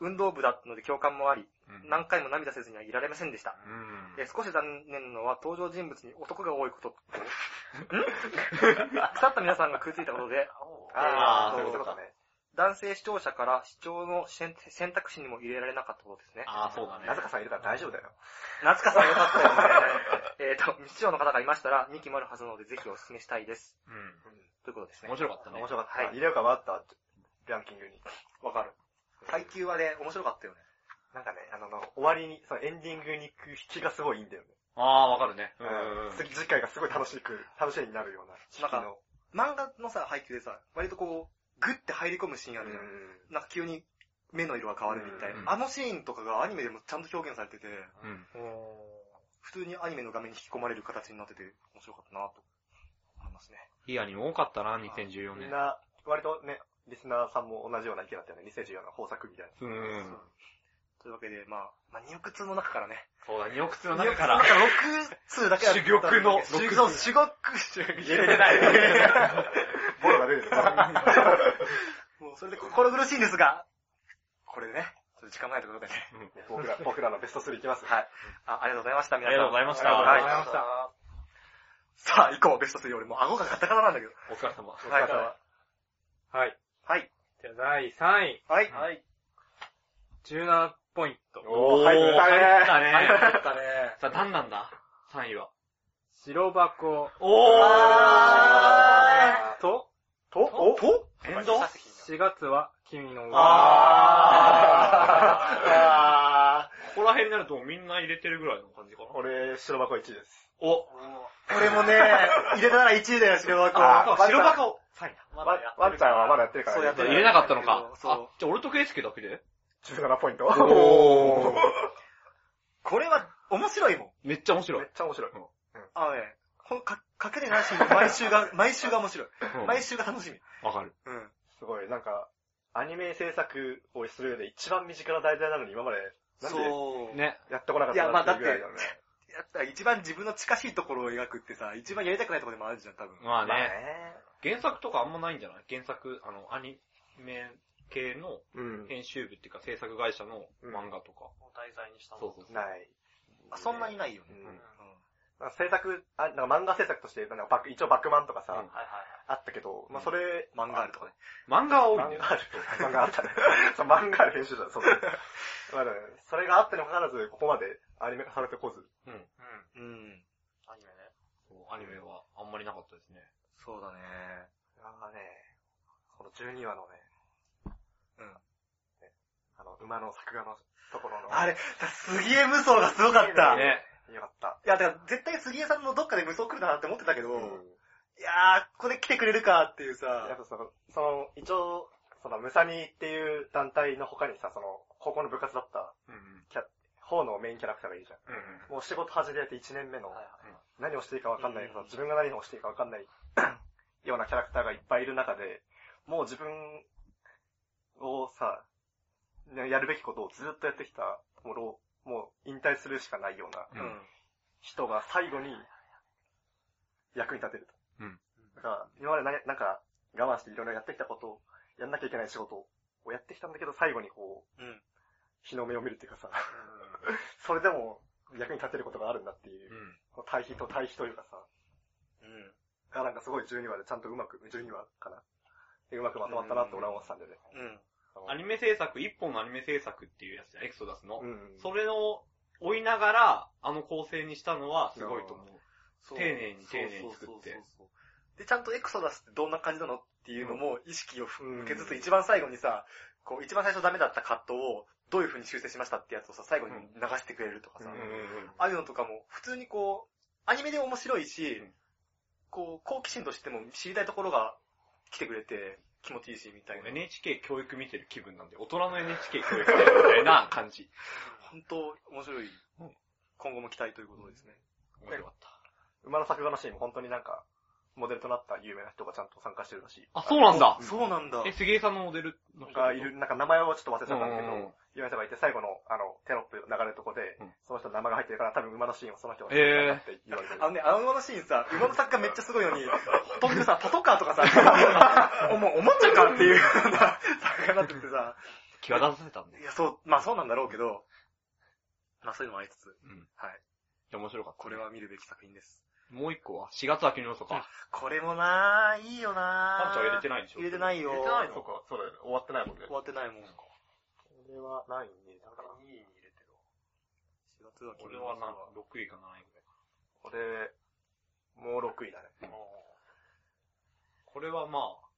S4: 運動部だったので共感もあり、何回も涙せずにはいられませんでした。
S5: うん。
S4: えー少し残念なのは登場人物に男が多いことと、ん腐った皆さんが食いついたことで、
S5: あー、
S4: えー
S5: そうい
S4: と
S5: うことだね。
S4: 男性視聴者から視聴の選選択肢にも入れられなかったことですね。
S8: ああ、そうだね。
S5: なぜかさん入れたら大丈夫だよ。
S4: 夏香さんよかったよ ね。えっと、未視聴の方がいましたら、2期もあるはずなので、ぜひお勧めしたいです。ということですね
S8: 面。白かったね
S5: 面。白かった。
S4: はい
S5: 入れようか迷った、ランキングに。
S4: わかる。配給はね、面白かったよね。
S5: なんかね、あの、終わりに、そのエンディングに行く引きがすごいいいんだよね。
S8: ああ、わかるね。うん
S5: うん。次次回がすごい楽しく、楽しみになるような引き
S4: なん
S5: の。
S4: 漫画のさ、配給でさ、割とこう、グッて入り込むシーンあるじゃん。なんか急に目の色が変わるみたい
S5: うん
S4: な。あのシーンとかがアニメでもちゃんと表現されてて、
S8: うん
S4: 普通にアニメの画面に引き込まれる形になってて、面白かったなと思いますね。
S8: いいアニメ多かったな、
S5: う
S8: 2014
S5: んみん
S8: 年。
S5: な、割とね、リスナーさんも同じような意見だったよね。2014の豊作みたいな。
S8: うん。
S4: というわけで、まあ、まあ、2億通の中からね。
S8: そうだ、2億通の中から。
S4: 6通だけだったんだけど
S8: 珠玉の
S4: 珠玉、主玉、
S5: 入れてない。ボロが 出てる。
S4: もうそれで心苦しいんですが、これでね、ちょっと時間がないということでね。
S5: 僕ら、僕らのベスト3いきます。
S4: はい。あありがとうございました、皆さん。
S8: ありがとうございました
S4: は
S8: ありが
S4: い。さあ、以降、ベスト3、俺もう顎がガタガタなんだけど。
S8: お疲れ様。
S4: はい。
S6: はい。
S4: はい。
S6: じゃあ、第3位。
S4: はい。
S2: はい。
S6: 17ポイント。
S5: おー、入ったね
S8: 入ったね。
S4: だね。
S8: さあ、何なんだ ?3 位は。
S6: 白箱
S8: お
S6: と、
S5: と、おと
S8: ー遠藤
S6: 4月は君の
S5: あ
S8: ここら辺になるとみんな入れてるぐらいの感じかな
S5: ー。俺、白箱1位です。
S8: お
S4: 俺 もね、入れたら1位だよ、白箱。
S5: あー
S8: 白箱を3位だ。
S2: ま
S5: ワ
S2: だ
S5: ン
S2: やっ
S5: ワンちゃんはまだやってるから、
S4: そうやってる
S8: 入れなかったのか。
S4: そう
S8: あ、じゃあ俺と圭介だけで
S5: 17ポイント。
S8: おー
S4: これは、面白いもん。
S8: めっちゃ面白
S5: め
S8: い
S5: っ。ちゃ面白い。
S4: あのね、ほんか、かけてないし、毎週が、毎週が面白い。
S8: うん
S4: 毎週が楽しみ。
S8: わかる。
S4: うん。
S5: すごい、なんか、アニメ制作をする上で一番身近な題材なのに今まで、なんで
S4: そう。
S8: ね。
S5: やってこなかった
S4: いやまあだって
S5: ぐらいだね。
S4: やっぱ一番自分の近しいところを描くってさ、一番やりたくないところでもあるじゃん、多分。
S8: まあ
S5: まあね
S8: ね。。原作とかあんまないんじゃない原作、あの、アニメ系の
S5: うん。
S8: 編集部っていうか制作会社の漫画とか。
S2: を題材にした
S8: そ
S2: も
S8: うそうそう。
S5: ない。
S4: あそんなにないよね。
S5: うん
S4: うん
S5: まあ制作、あなんか漫画制作として、なんかバック一応バックマンとかさ、
S8: うん
S2: はいはいはい。
S5: あったけど、まあそれ、
S4: 漫画あるとかね。
S8: 漫画は多いんだ
S5: 漫
S8: よ
S5: 画。ある。漫画あったね。そう漫画ある編集者、 そう。まあね、それがあってにもかかわらず、ここまでアニメ化されてこず。
S8: うん。
S4: うん。
S2: アニメね。
S8: そうアニメはあんまりなかったですね。
S4: そうだね。
S5: ああね、この12話のね、
S4: うん。
S5: あの、馬の作画のところの。
S4: あれ、杉江無双がすごかった。
S8: ね。
S5: よかった。
S4: いや、だから絶対杉江さんのどっかで無双来るなって思ってたけど、
S5: うん
S4: いやー、ここで来てくれるかっていう
S5: やっ
S4: さ、
S5: ぱその、その、一応、その、ムサニっていう団体の他にさ、その、高校の部活だった、
S8: うん
S5: 方のメインキャラクターがいるじゃん。
S8: うん。
S5: もう仕事始めて1年目の、何をしていいかわかんない、
S4: うん
S5: その自分が何をしていいかわかんない ようなキャラクターがいっぱいいる中で、もう自分をさ、ねやるべきことをずっとやってきた、もう老、もう引退するしかないような
S8: うん。うん。
S5: 人が最後に役に立てる
S8: う
S5: と。
S8: ん
S5: だから、今までななんか我慢していろいろやってきたことを、やんなきゃいけない仕事をやってきたんだけど、最後にこう、
S4: うん
S5: 日の目を見るっていうかさ、 それでも役に立てることがあるんだっていう、対比と対比というかさ、
S4: うん。
S5: がなんかすごい12話でちゃんとうまく、12話かなでうまくまとまったなって俺は思ってたんでね。
S4: うん。
S8: アニメ制作、一本のアニメ制作っていうやつじゃんエクソダスの
S5: う。ん。
S8: それを追いながら、あの構成にしたのはすごいと思う。
S4: そう
S8: 丁寧に丁寧に作って
S4: そうそうそうそうで、ちゃんとエクソダスってどんな感じなのっていうのも意識を
S5: うん
S4: 向けつつ、一番最後にさ、こう、一番最初ダメだったカットをどういう風に修正しましたってやつをさ、最後に流してくれるとかさ、
S5: うん
S8: うんうん
S4: ああいうのとかも、普通にこう、アニメで面白いし、
S8: ん
S4: こう、好奇心としても知りたいところが来てくれて、気持ちいいし、みたいな。
S8: NHK 教育見てる気分なんで、大人の NHK 教育みたいな感じ。
S4: 本当、面白い
S8: うん。
S4: 今後も期待ということですね。
S8: 面白かった。
S5: 馬の作画のシーンも本当になんか、モデルとなった有名な人がちゃんと参加してるらしい。
S8: あ、そうなんだ。
S4: そうなんだ。
S8: え、杉江さんのモデルの人
S5: がいる、なんか名前をちょっと忘れちゃったんだけ
S8: うんうんうん
S5: ど、有名な人がいて、最後の、あの、テロップ流れるとこで
S8: うん、
S5: その人の名前が入ってるから、多分馬のシーンをその人が
S8: え
S5: って言われてる
S4: あ。のね、あの馬のシーンさ、馬の作家めっちゃすごいの に、途中さ、パ トカーとかさ、おもうおもちゃかっていうような 作家になっててさ、
S8: 際立たせたんで。
S4: いや、そう、まあそうなんだろうけど、まあそういうのもありつつ、
S8: うん。
S4: はい。
S8: で面白かった。
S4: これ。は見るべき作品です。
S8: もう一個は ?4 月秋の予想か。
S4: これもなぁ、いいよなぁ。
S8: パンチは入れてないでしょ
S4: 入れてないよ。
S5: 入れてないそうか、そうだよね。終わってないもんね。
S4: 終わってないもん。4
S5: これはないね。だから、
S3: 2位に入れてるわ。
S4: 月は
S8: これはな、6位か7位ぐらい。
S5: これ、もう6位だね。
S8: これはまあ、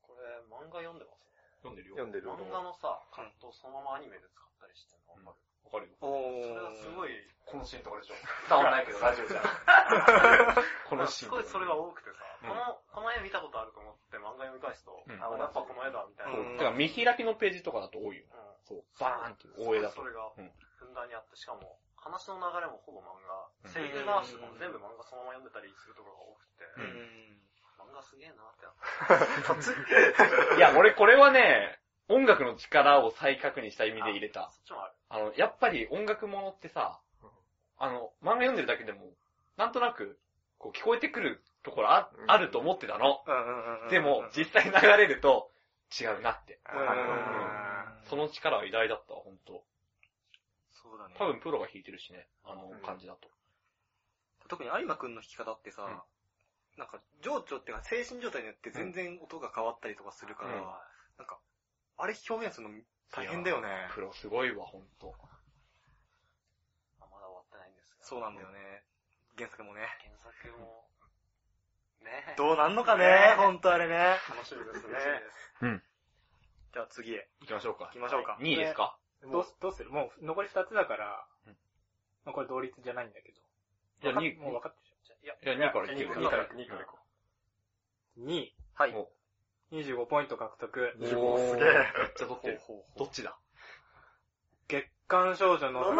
S2: これ、漫画読んでますね。
S8: 読んでるよ。
S5: 読んでる。
S2: 漫画のさ、カットそのままアニメで使ったりしてるのわか
S8: わか
S2: る。
S8: るよ。
S4: おー。
S2: それはすごい、
S8: このシーンとかでしょ。伝わんないけど、ラジオじゃん。 このシー
S2: す
S8: ン。
S2: ごいそれが多くてさ、
S8: うん
S2: この、この絵見たことあると思って漫画読み返すと、
S8: うん
S2: あ、やっぱこの絵だ、みたいな。
S4: う
S2: うんん。
S8: てか、見開きのページとかだと多いよね。そう。バーンって、大江だ
S2: そ
S8: と。
S2: れが、
S8: うん
S2: ふんだんにあって、しかも、話の流れもほぼ漫画
S8: う、ん
S2: 声優回しとかも全部漫画そのまま読んでたりするところが多くて、
S8: うん
S2: 漫画すげえなってなって。
S8: いや、俺これはね、音楽の力を再確認した意味で入れた。
S2: そっちもある。
S8: あの、やっぱり音楽ものってさ、あの、漫画読んでるだけでも、なんとなく、こう聞こえてくるところああると思ってたの。
S4: うんうんうん
S8: でも、実際流れると、違うなって。
S4: うん
S8: その力は偉大だったわ、ほんと。
S4: そうだね。
S8: 多分プロが弾いてるしね、あの感じだと。
S4: 特に有馬くんの弾き方ってさ、なんか情緒っていうか精神状態によって全然音が変わったりとかするから、
S8: うん
S4: なんか、あれ表現するの大変だよね。
S8: プロすごいわ、ほんと。
S2: まあまだ終わってないんですが。
S4: そうなんだよね。原作もね。
S2: 原作も、ね
S4: どうなんのかね
S2: ね、
S4: ほんとあれね。
S2: 楽しみですね。
S4: じゃあ次へ
S8: 行きましょうか
S4: 行き。ましょうか。
S8: 2位ですか
S6: どうす、どうするもう、残り2つだから
S8: うん、
S6: まあこれ同率じゃないんだけど。
S8: じゃあ
S6: わか
S8: 2位、い
S6: もう分かってる
S8: や2位からいって
S5: 2
S8: る
S5: 位から、2位から行こ
S6: でしょ。2位、
S4: はい。
S8: お
S6: 25ポイント獲得。
S8: おー、すげえ。めっちゃ取ってる。
S4: ほう
S8: どっちだ
S6: 月刊少女の
S5: う。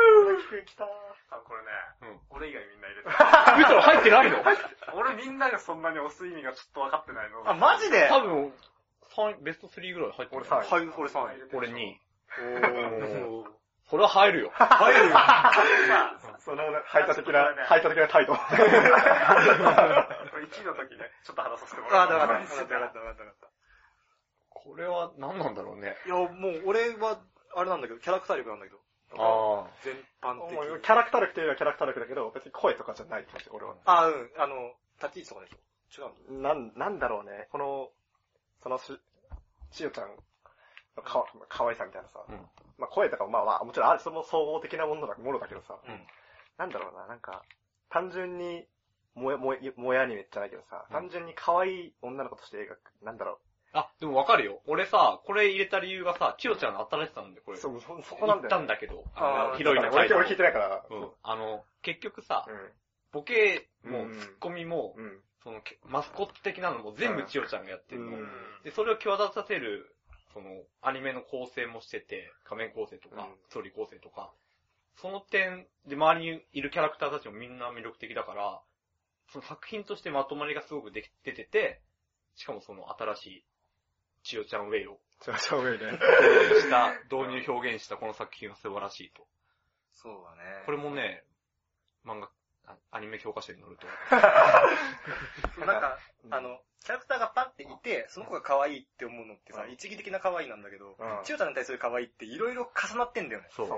S3: 多分これね、
S8: うん
S3: 俺以外みんな入れてる。
S8: 見たら入ってないの
S3: 俺みんながそんなに押す意味がちょっと分かってないの。
S4: あ、マジで
S8: 多分、三ベスト3ぐらい入ってる。
S5: 俺3位。
S4: はい、これさん。
S8: 俺2位。お
S6: お
S8: ー。
S6: ー
S8: それは入るよ。
S5: その、排他的な、排他的な態 度。
S3: これ1位の時ね、ちょっと話させてもら
S4: あ、
S3: う。
S4: だから、だから、だから、だから。
S8: これは何なんだろうね。
S4: いや、もう俺は、あれなんだけど、キャラクター力なんだけど、
S8: ああ。
S4: 全般的に。
S5: キャラクター力といえばキャラクター力だけど、別に声とかじゃないって感じ、俺は。
S4: あ、うん、あの、立ち位置とかでしょ。違うの
S5: なん、なんだろうね。この、そのし、しおちゃんのかわ、かわいさみたいなさ。
S8: うん
S5: まあ声とかもまあまあ、もちろんある、その総合的なものだものだけどさ。
S8: うん
S5: なんだろうな、なんか、単純に、萌え、萌え、萌えアニメじゃないけどさ、
S8: うん
S5: 単純に可愛い女の子として描く、なんだろ
S8: あ、でもわかるよ。俺さ、これ入れた理由がさ、千代ちゃんの新しさなんで、こ
S5: う、
S8: れ。
S5: そう、そ、そこなん
S8: 行っ
S5: だよ
S8: た
S5: ね、
S8: んだけど、
S4: あー
S8: あの、ヒロインの
S5: だから俺
S8: 回
S5: 俺聞いてないから、
S8: うん。あの、結局さ、
S5: う
S8: ボケも
S5: うん、
S8: ツッコミも、
S5: ん。うん。
S8: その、けマスコット的なのも全部千代ちゃんがやってるの
S5: うん。
S8: で、それを際立たせる、その、アニメの構成もしてて、仮面構成と
S5: う
S8: か
S5: ん、
S8: ストーリー構成とか、その点で周りにいるキャラクターたちもみんな魅力的だから、その作品としてまとまりがすごくでき出てて、しかもその新しい、千代ちゃんウェイを
S5: ちょ、ちょ、上ね。
S8: した、導入表現したこの作品は素晴らしいと。
S4: そうだね。
S8: これもね、漫画、あアニメ評価書に載ると。
S4: そうなんか、
S5: うん
S4: あの、キャラクターがパっていて、その子が可愛いって思うのってさ、
S5: うん
S4: 一義的な可愛いなんだけど、
S5: うん
S4: 千代ちゃんに対する可愛いっていろいろ重なってんだよね。
S8: そう。
S5: う。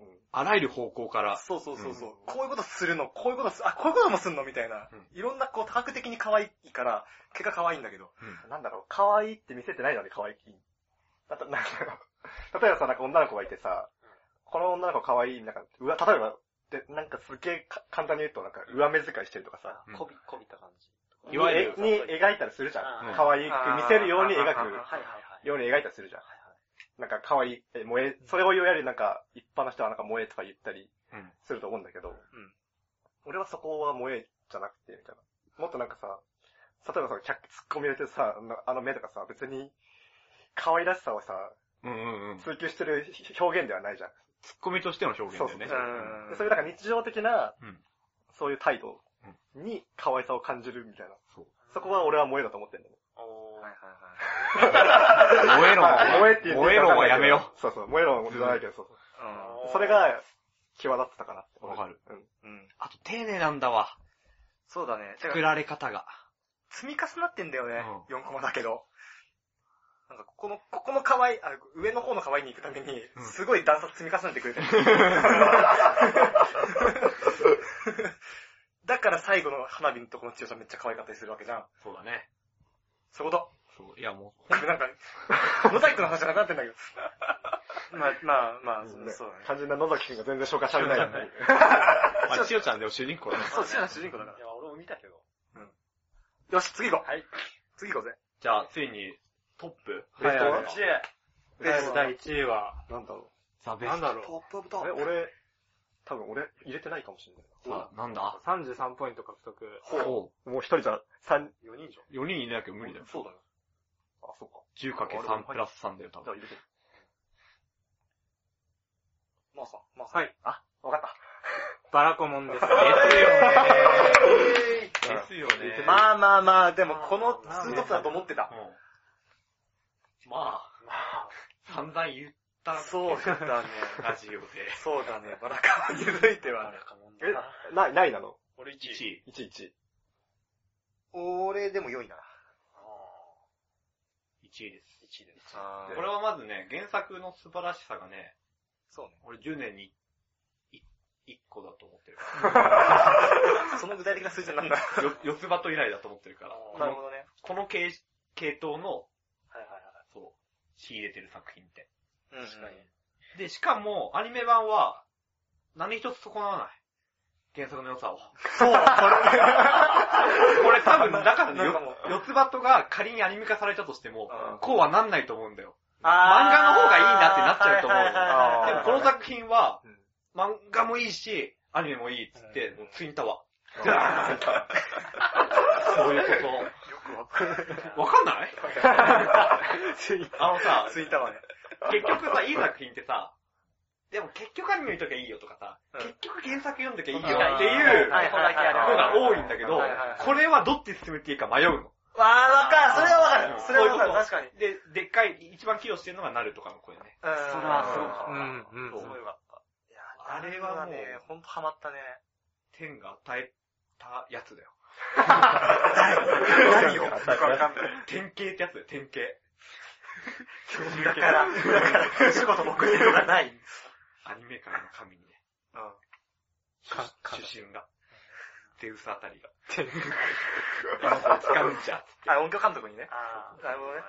S5: うん。
S8: あらゆる方向から、
S4: そうそうそうそう、
S5: うん
S4: こういうことするの、こういうことす、あ、こういうこともすんのみたいな
S8: うん。
S4: いろんなこう多角的に可愛いから、結果可愛いんだけど。
S5: なんだろう、可愛いって見せてないのに可愛い。だと、なんだろう。 例えばさ、なんか女の子がいてさ、この女の子可愛い、なんか、うわ、例えば、で、なんかすげえか簡単に言うと、なんか、上目遣いしてるとかさ、
S8: うん
S2: こび、こびた感じ。
S8: いわゆる
S5: にに描いたりするじゃ。
S2: うん
S8: うん
S5: 可愛く見せるように
S4: う
S5: 描
S4: ん
S5: く、
S2: はいはいはい。
S5: ように描いたりするじゃん。なんか可愛い、え、萌え、それを言うよりなんか、一般の人はなんか萌えとか言ったり
S8: うん
S5: すると思うんだけど、
S4: ん
S5: 俺はそこは萌えじゃなくて、みたいな。もっとなんかさ、例えばさ、キャッツッコミ入れてさ、あのあの目とかさ、別に、可愛らしさをさ、
S8: うんうんうん。ツ
S5: 追求してる表現ではないじゃん。
S8: ッコミとしての表現だよね。
S5: そうう
S4: うん
S5: でそういうなんか日常的な、
S8: うん
S5: そういう態度に可愛さを感じるみたいな。
S8: そう
S5: そこは俺は萌えだと思ってんだよね。
S2: おー
S4: はいはいはい。
S8: 燃えろ
S5: まあ萌えって言って
S8: 燃えろはやめよ
S5: う。そうそう、萌えろはじゃないけど、そうそう。
S4: う
S5: それ、が、際立ってたかなって。
S8: わかる。
S5: うん。
S4: ん。うん。
S8: う。あと丁寧なんだわ。
S4: そうだね。てか
S8: 作られ方が。
S4: 積み重なってんだよね。4コマだけど。なんか、ここの、ここの可愛い、あ、上の方の可愛いに行くために
S8: うん、
S4: すごい段差積み重ねてくれ てる。だから最後の花火のとこの強さめっちゃ可愛かったりするわけじゃん。
S8: そうだね。
S4: そういうこ
S8: そう。いやもう、
S4: と。なん か、モザイクの話じゃなくなってんだけど。まあまあまあ、そう
S5: ね
S4: そうだね。
S5: 肝心な野崎くんが全然紹介されないよね。
S8: まあ、千代ちゃんでも主人公だね。
S4: そう、主人公だか
S2: いや、俺も見たけど。
S4: ら。よし、次行こう。
S2: はい。
S4: 次行こうぜ。
S8: じゃあ、ついに、トップ
S5: ベスト
S2: こ
S5: は
S2: っちへ。
S6: ベスト第1位は、
S5: なんだろ
S8: ザ・ベ
S6: なん
S8: ス
S6: だ
S5: う。
S6: ろ
S5: ップオブトップ。あれ、俺、多分俺、入れてないかもしれない。
S8: ト。さあ、なんだ
S6: う。33ポイント獲得。
S8: ほ
S5: もう一人じゃ、三、
S2: 4人以上。
S8: う。4人いなきゃ無理だよ。
S5: そうだよ。あ、そうか。
S8: 10×3 プラス3だよ、多
S5: じゃあ
S8: 分。
S5: 入れて。
S4: まあさ、まあさ。
S6: はい。
S5: わかった。
S6: バラコモ ンで
S8: で
S6: す。
S8: すよね。ですよね。
S4: まあまあまあ、でもこのツートップだと思ってた。
S8: うんまあ、散々言った
S4: そうだね。
S8: ラジオで。
S4: そうだね。バラカに続いてはね。
S2: え
S5: え、ない、ないなの
S2: 俺1
S8: 1
S2: 位。
S8: 位。
S5: いちいち。
S4: 俺でも良いな。
S2: あ
S8: 1位です。
S2: ー1位です。
S4: あ
S8: これはまずね、原作の素晴らしさがね、
S4: そうね。
S8: 俺10年に1個だと思ってるか
S4: その具体的な数字なんだ。
S8: ら。よ四つ葉と以来だと思ってるから。
S2: あー
S8: こ
S4: なる
S8: の
S4: ほどね。
S8: この系系統の、
S2: はいはいはい。
S8: そう、仕入れてる作品って。
S4: うん。
S2: 確かに。
S8: で、しかも、アニメ版は、何一つ損なわない。原作の良さを。
S4: そう、それ
S8: これ多分、だか
S4: な
S8: らね、
S4: んか
S8: よ
S4: もう
S8: 四つ葉とが仮にアニメ化されたとしても、
S4: うん
S8: こうはなんないと思うんだよ。
S4: あ
S8: 漫画の方がいいなってなっちゃうと思う
S2: はいはいはいはい
S8: でもこの作品は
S5: うん、
S8: 漫画もいいし、アニメもいいっつって、もうツインタワー。 そういうこと。わかんない あのさ、
S4: ツイッターはね。
S8: 結局さ、いい作品ってさ、でも結局アニメ見ときゃいいよとかさ、
S4: うん
S8: 結局原作読んどきゃいいよ
S4: うん
S8: って
S4: はい
S8: いう
S4: はい
S8: 方
S4: はいはい
S8: が多いんだけど
S4: はいはいはい、
S8: これはどっち進めていいか迷うの。
S4: わあ、わかる。それはわかる。それはわかる。確かに。
S8: で、でっかい、一番寄与してるのがなるとかの声ね。
S4: それ
S2: はすご
S6: う
S2: か
S6: ん、うん。
S8: そう
S4: すごいよかった。いや
S8: あれはもう
S4: ね、ほんとハマったね。
S8: 天が与えたやつだ よ。
S4: 何を
S5: わ
S4: わ
S5: か
S4: かんない。
S8: 典型ってやつだよ、典型。
S4: だから、だから、仕事僕にとかない。
S8: アニメ界の神にね。
S4: うん。
S8: か主神が。デウスあたりが。 使うんじゃ。
S4: あ、音響監督にね。
S2: あー
S4: なるほどね。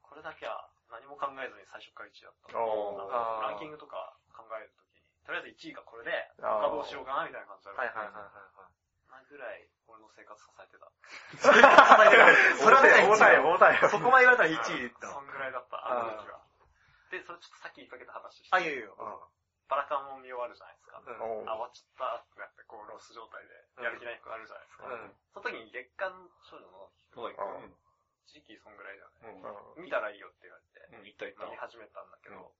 S2: これだけは何も考えずに最初から1位だった。
S5: おー
S2: ランキングとか考えるときに、とりあえず1位がこれで、
S5: あー
S2: 他どうしようかなみたいな感じだ
S4: はいはい
S2: った。
S4: はいはいはい。
S2: なぐらい、俺の生活支えてた。
S4: それはね、
S5: 重たい、重たい。
S4: そこまで言われたら1位だ
S2: そんぐらいだった、あの時は。で、それちょっとさっき言いかけた話して、
S4: あ、いやいやいや。
S2: バラカンも見終わるじゃないですか。
S4: うん
S5: おう
S2: あ、終わっちゃったってなって、こう、ロス状態で、やる気ないくなるじゃないですか。
S4: うん
S2: その時に月刊少女の
S8: そうだよ。
S2: 時期そんぐらいだよね。
S8: うん。
S5: うん
S2: 見たらいいよって言われて、
S8: うん。うん、いったいった
S2: 見。始めたんだけ
S8: うん
S2: ど、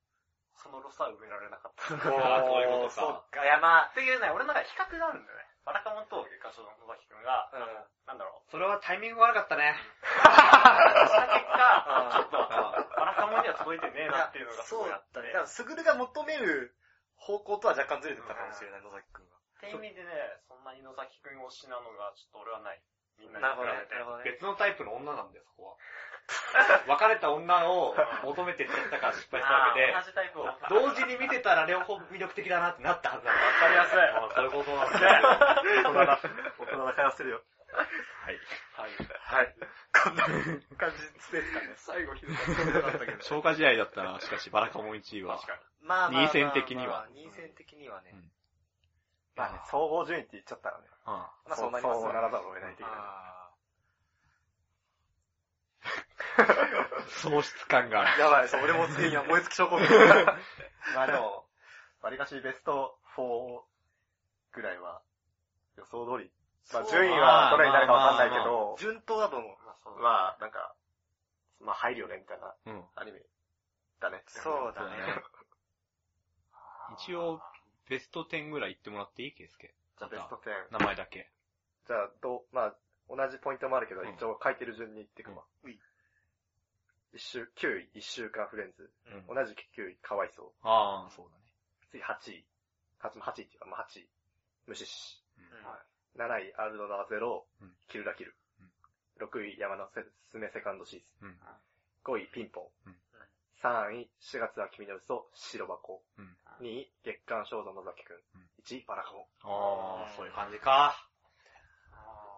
S2: そのロスは埋められなかった。
S4: お
S8: あそういうこ
S4: ー
S8: とか
S4: そっか、いやまあ。
S2: っていうね、俺の中で比較があるんだよね。バラカモンと月刊少女の野崎くんが、
S4: うん。
S2: なんだろう。
S8: それはタイミング悪かったね。
S2: した結果、ちょ
S4: あ
S2: っと、バラカモンには届いて
S4: い
S2: ねえ
S4: や
S2: なっていうのがす
S4: そ
S2: ご
S4: う
S2: い
S4: だ
S2: あっ
S4: った
S2: て。
S4: ね。だから、
S2: っ
S4: すぐるが求める方向とは若干ずれてたかもしれない、野崎くんが。
S2: て意味でね、そんなに野崎くん推しなのが、ちょっと俺はない。みんなに
S4: なるほ
S2: 比
S4: どね
S2: べ。て。
S4: なるほどね。
S8: 別のタイプの女なんだよ、そこ は。別れた女を求めてっちゃったから失敗したわけで
S2: あー、同じタイプを。わか
S8: 同時に見てたら両方魅力的だなってなったはずだから。
S2: りやすい。
S8: ああ、そういうことなんだ。
S5: 大人だ。大人だ、会話してるよ。
S2: はい。
S4: はい。こんな感じですかね。最後、ひどかったけど。
S8: 消化試合だったら、しかし、バラカモン1位は。
S2: 確かに。
S4: まあまあまあまあ。
S8: 二戦的には
S4: 二戦的にはね
S8: うん。
S5: まあね、総合順位って言っちゃったらね。
S8: あ
S4: まあそうなります
S5: そう
S4: よ
S5: ならざるを得ないといけない。
S4: あ
S8: あ喪失感がある。
S4: ーやばい、そう、俺もついには燃え尽き症候群。
S5: まあでも、割りかしベスト4ぐらいは予想通りまあ、順位はどれになるかわかんないけ
S8: まあ
S5: ど、
S4: 順当だと思う。
S3: まあそう。
S5: まあ、なんか、まあ、入るよね、みたいな
S8: うん。
S5: アニメだね。
S4: そうだね。
S8: 一応、ベスト10ぐらい言ってもらっていいケースケ。
S5: じゃあ、ベスト10。
S8: 名前だけ。
S5: じゃあ、どう、まあ、同じポイントもあるけど、
S8: うん
S5: 一応書いてる順に言ってくわ。
S4: うんうん
S5: 一週、9位、一週間フレンズ。
S8: うん
S5: 同じく9位、かわいそう。
S8: ああ、そうだね。
S5: 次、8位。かつ8位っていうか、まあ、8位、無視し。
S4: うん
S5: 7位、アルドナーゼロ
S8: うん、
S5: キルラキル
S8: うん。
S5: 6位、山のせすめセカンドシーズ
S8: うん。
S5: ン。5位、ピンポ
S8: う
S5: ン
S8: ん。
S5: 3位、4月は君の嘘、白箱。
S8: うん
S5: 2位、月刊少女野崎くん
S8: うん。
S5: 1位、バラカモン。
S8: ああ、そういう感じか。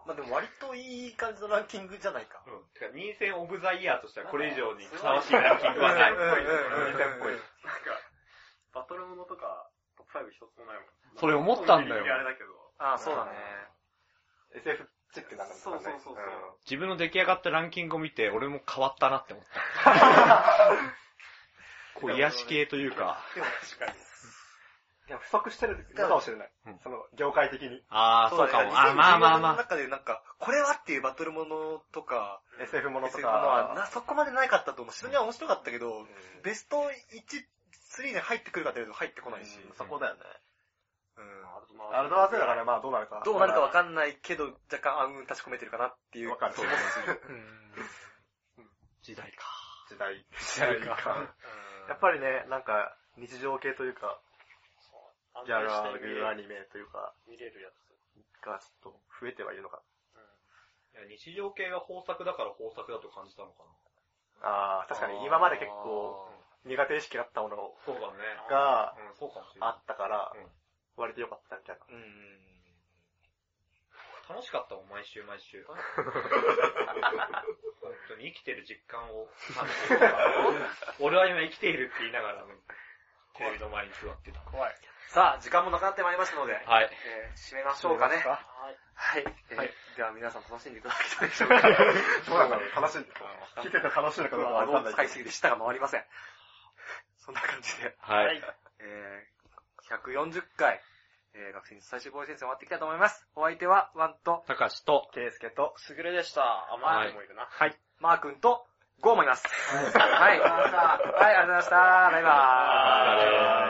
S4: まあでも割といい感じのランキングじゃないか。
S8: うん。てか、任選オブザイヤーとしてはこれ以上にふさわしいランキングは ない。
S5: っぽい。
S3: なんか、バトルものとか、トップ5一つもないもん。
S8: それ思ったん
S3: ギ
S8: だよ
S3: リギリあれだけど。
S4: ああ、そうだね。
S5: SF チックなんかもわかんない
S3: そうそうそうそう
S8: 自分の出来上がったランキングを見て、俺も変わったなって思った。 こう、癒し系というか。
S4: でも、
S5: いや、不足してるかもしれない
S8: うん。
S5: その、業界的に。
S8: ああ、そうかも。あまあまあま
S4: の
S8: あ。
S4: 中でなんか、これはっていうバトルものとか、
S5: SF ものと
S4: SF ものは
S5: か。
S4: な、そこまでないかったと思う。それには面白かったけど、
S5: うん
S4: ベスト1、3に入ってくるかというと入ってこないし。
S5: そこだよね。
S4: うん
S5: アルドナーゼロがね、まあどうなるか。
S4: どうなるかわか
S5: か
S4: んないけど、若干暗雲立ち込めてるかなっていう。
S5: わかる
S4: そう
S8: 時代か。
S5: 時代。時代か。 やっぱりね、なんか、日常系というか、
S2: 安
S5: ギャ
S2: 定し
S5: ラ
S2: て
S5: グアニメというか、
S2: 見れるやつ。
S5: がちょっと増えてはいるのか。
S8: 日常系が豊作だから豊作だと感じたのかな。
S5: ああ、確かに今まで結構苦手意識があったもの
S8: そうだね。
S5: が
S8: うん、そうかもしれない
S5: あ。ったから
S8: うん、
S5: 割と良かったみたいな。
S4: うん。
S8: 楽しかったもん、毎週毎週。本当に生きてる実感を感じてる俺は今生きているって言いながら、テレビの前に座ってた。
S4: さあ、時間もなくなってまいりましたので、
S8: はい。
S4: えー締めましょうかね。
S5: どうです
S4: はい。えーでは皆さん楽しんでいただきたいでしょう か。
S5: どうなんだろう楽しい。 聞いてて楽しいのかどうかわかんない
S4: 使い
S5: け
S4: すぎて舌が回りません。そんな感じで、
S8: はい。
S4: えー、140回、えー、学生に最終防衛戦線終わっていきたいと思います。お相手は、ワンと、
S8: たかしと、
S5: ど。ケイスケと、
S2: すぐれでした。あ、まあ、でもいるな。
S4: マー君と、ゴーもいます。はい、はい、ありがとうございました。バイバーイ。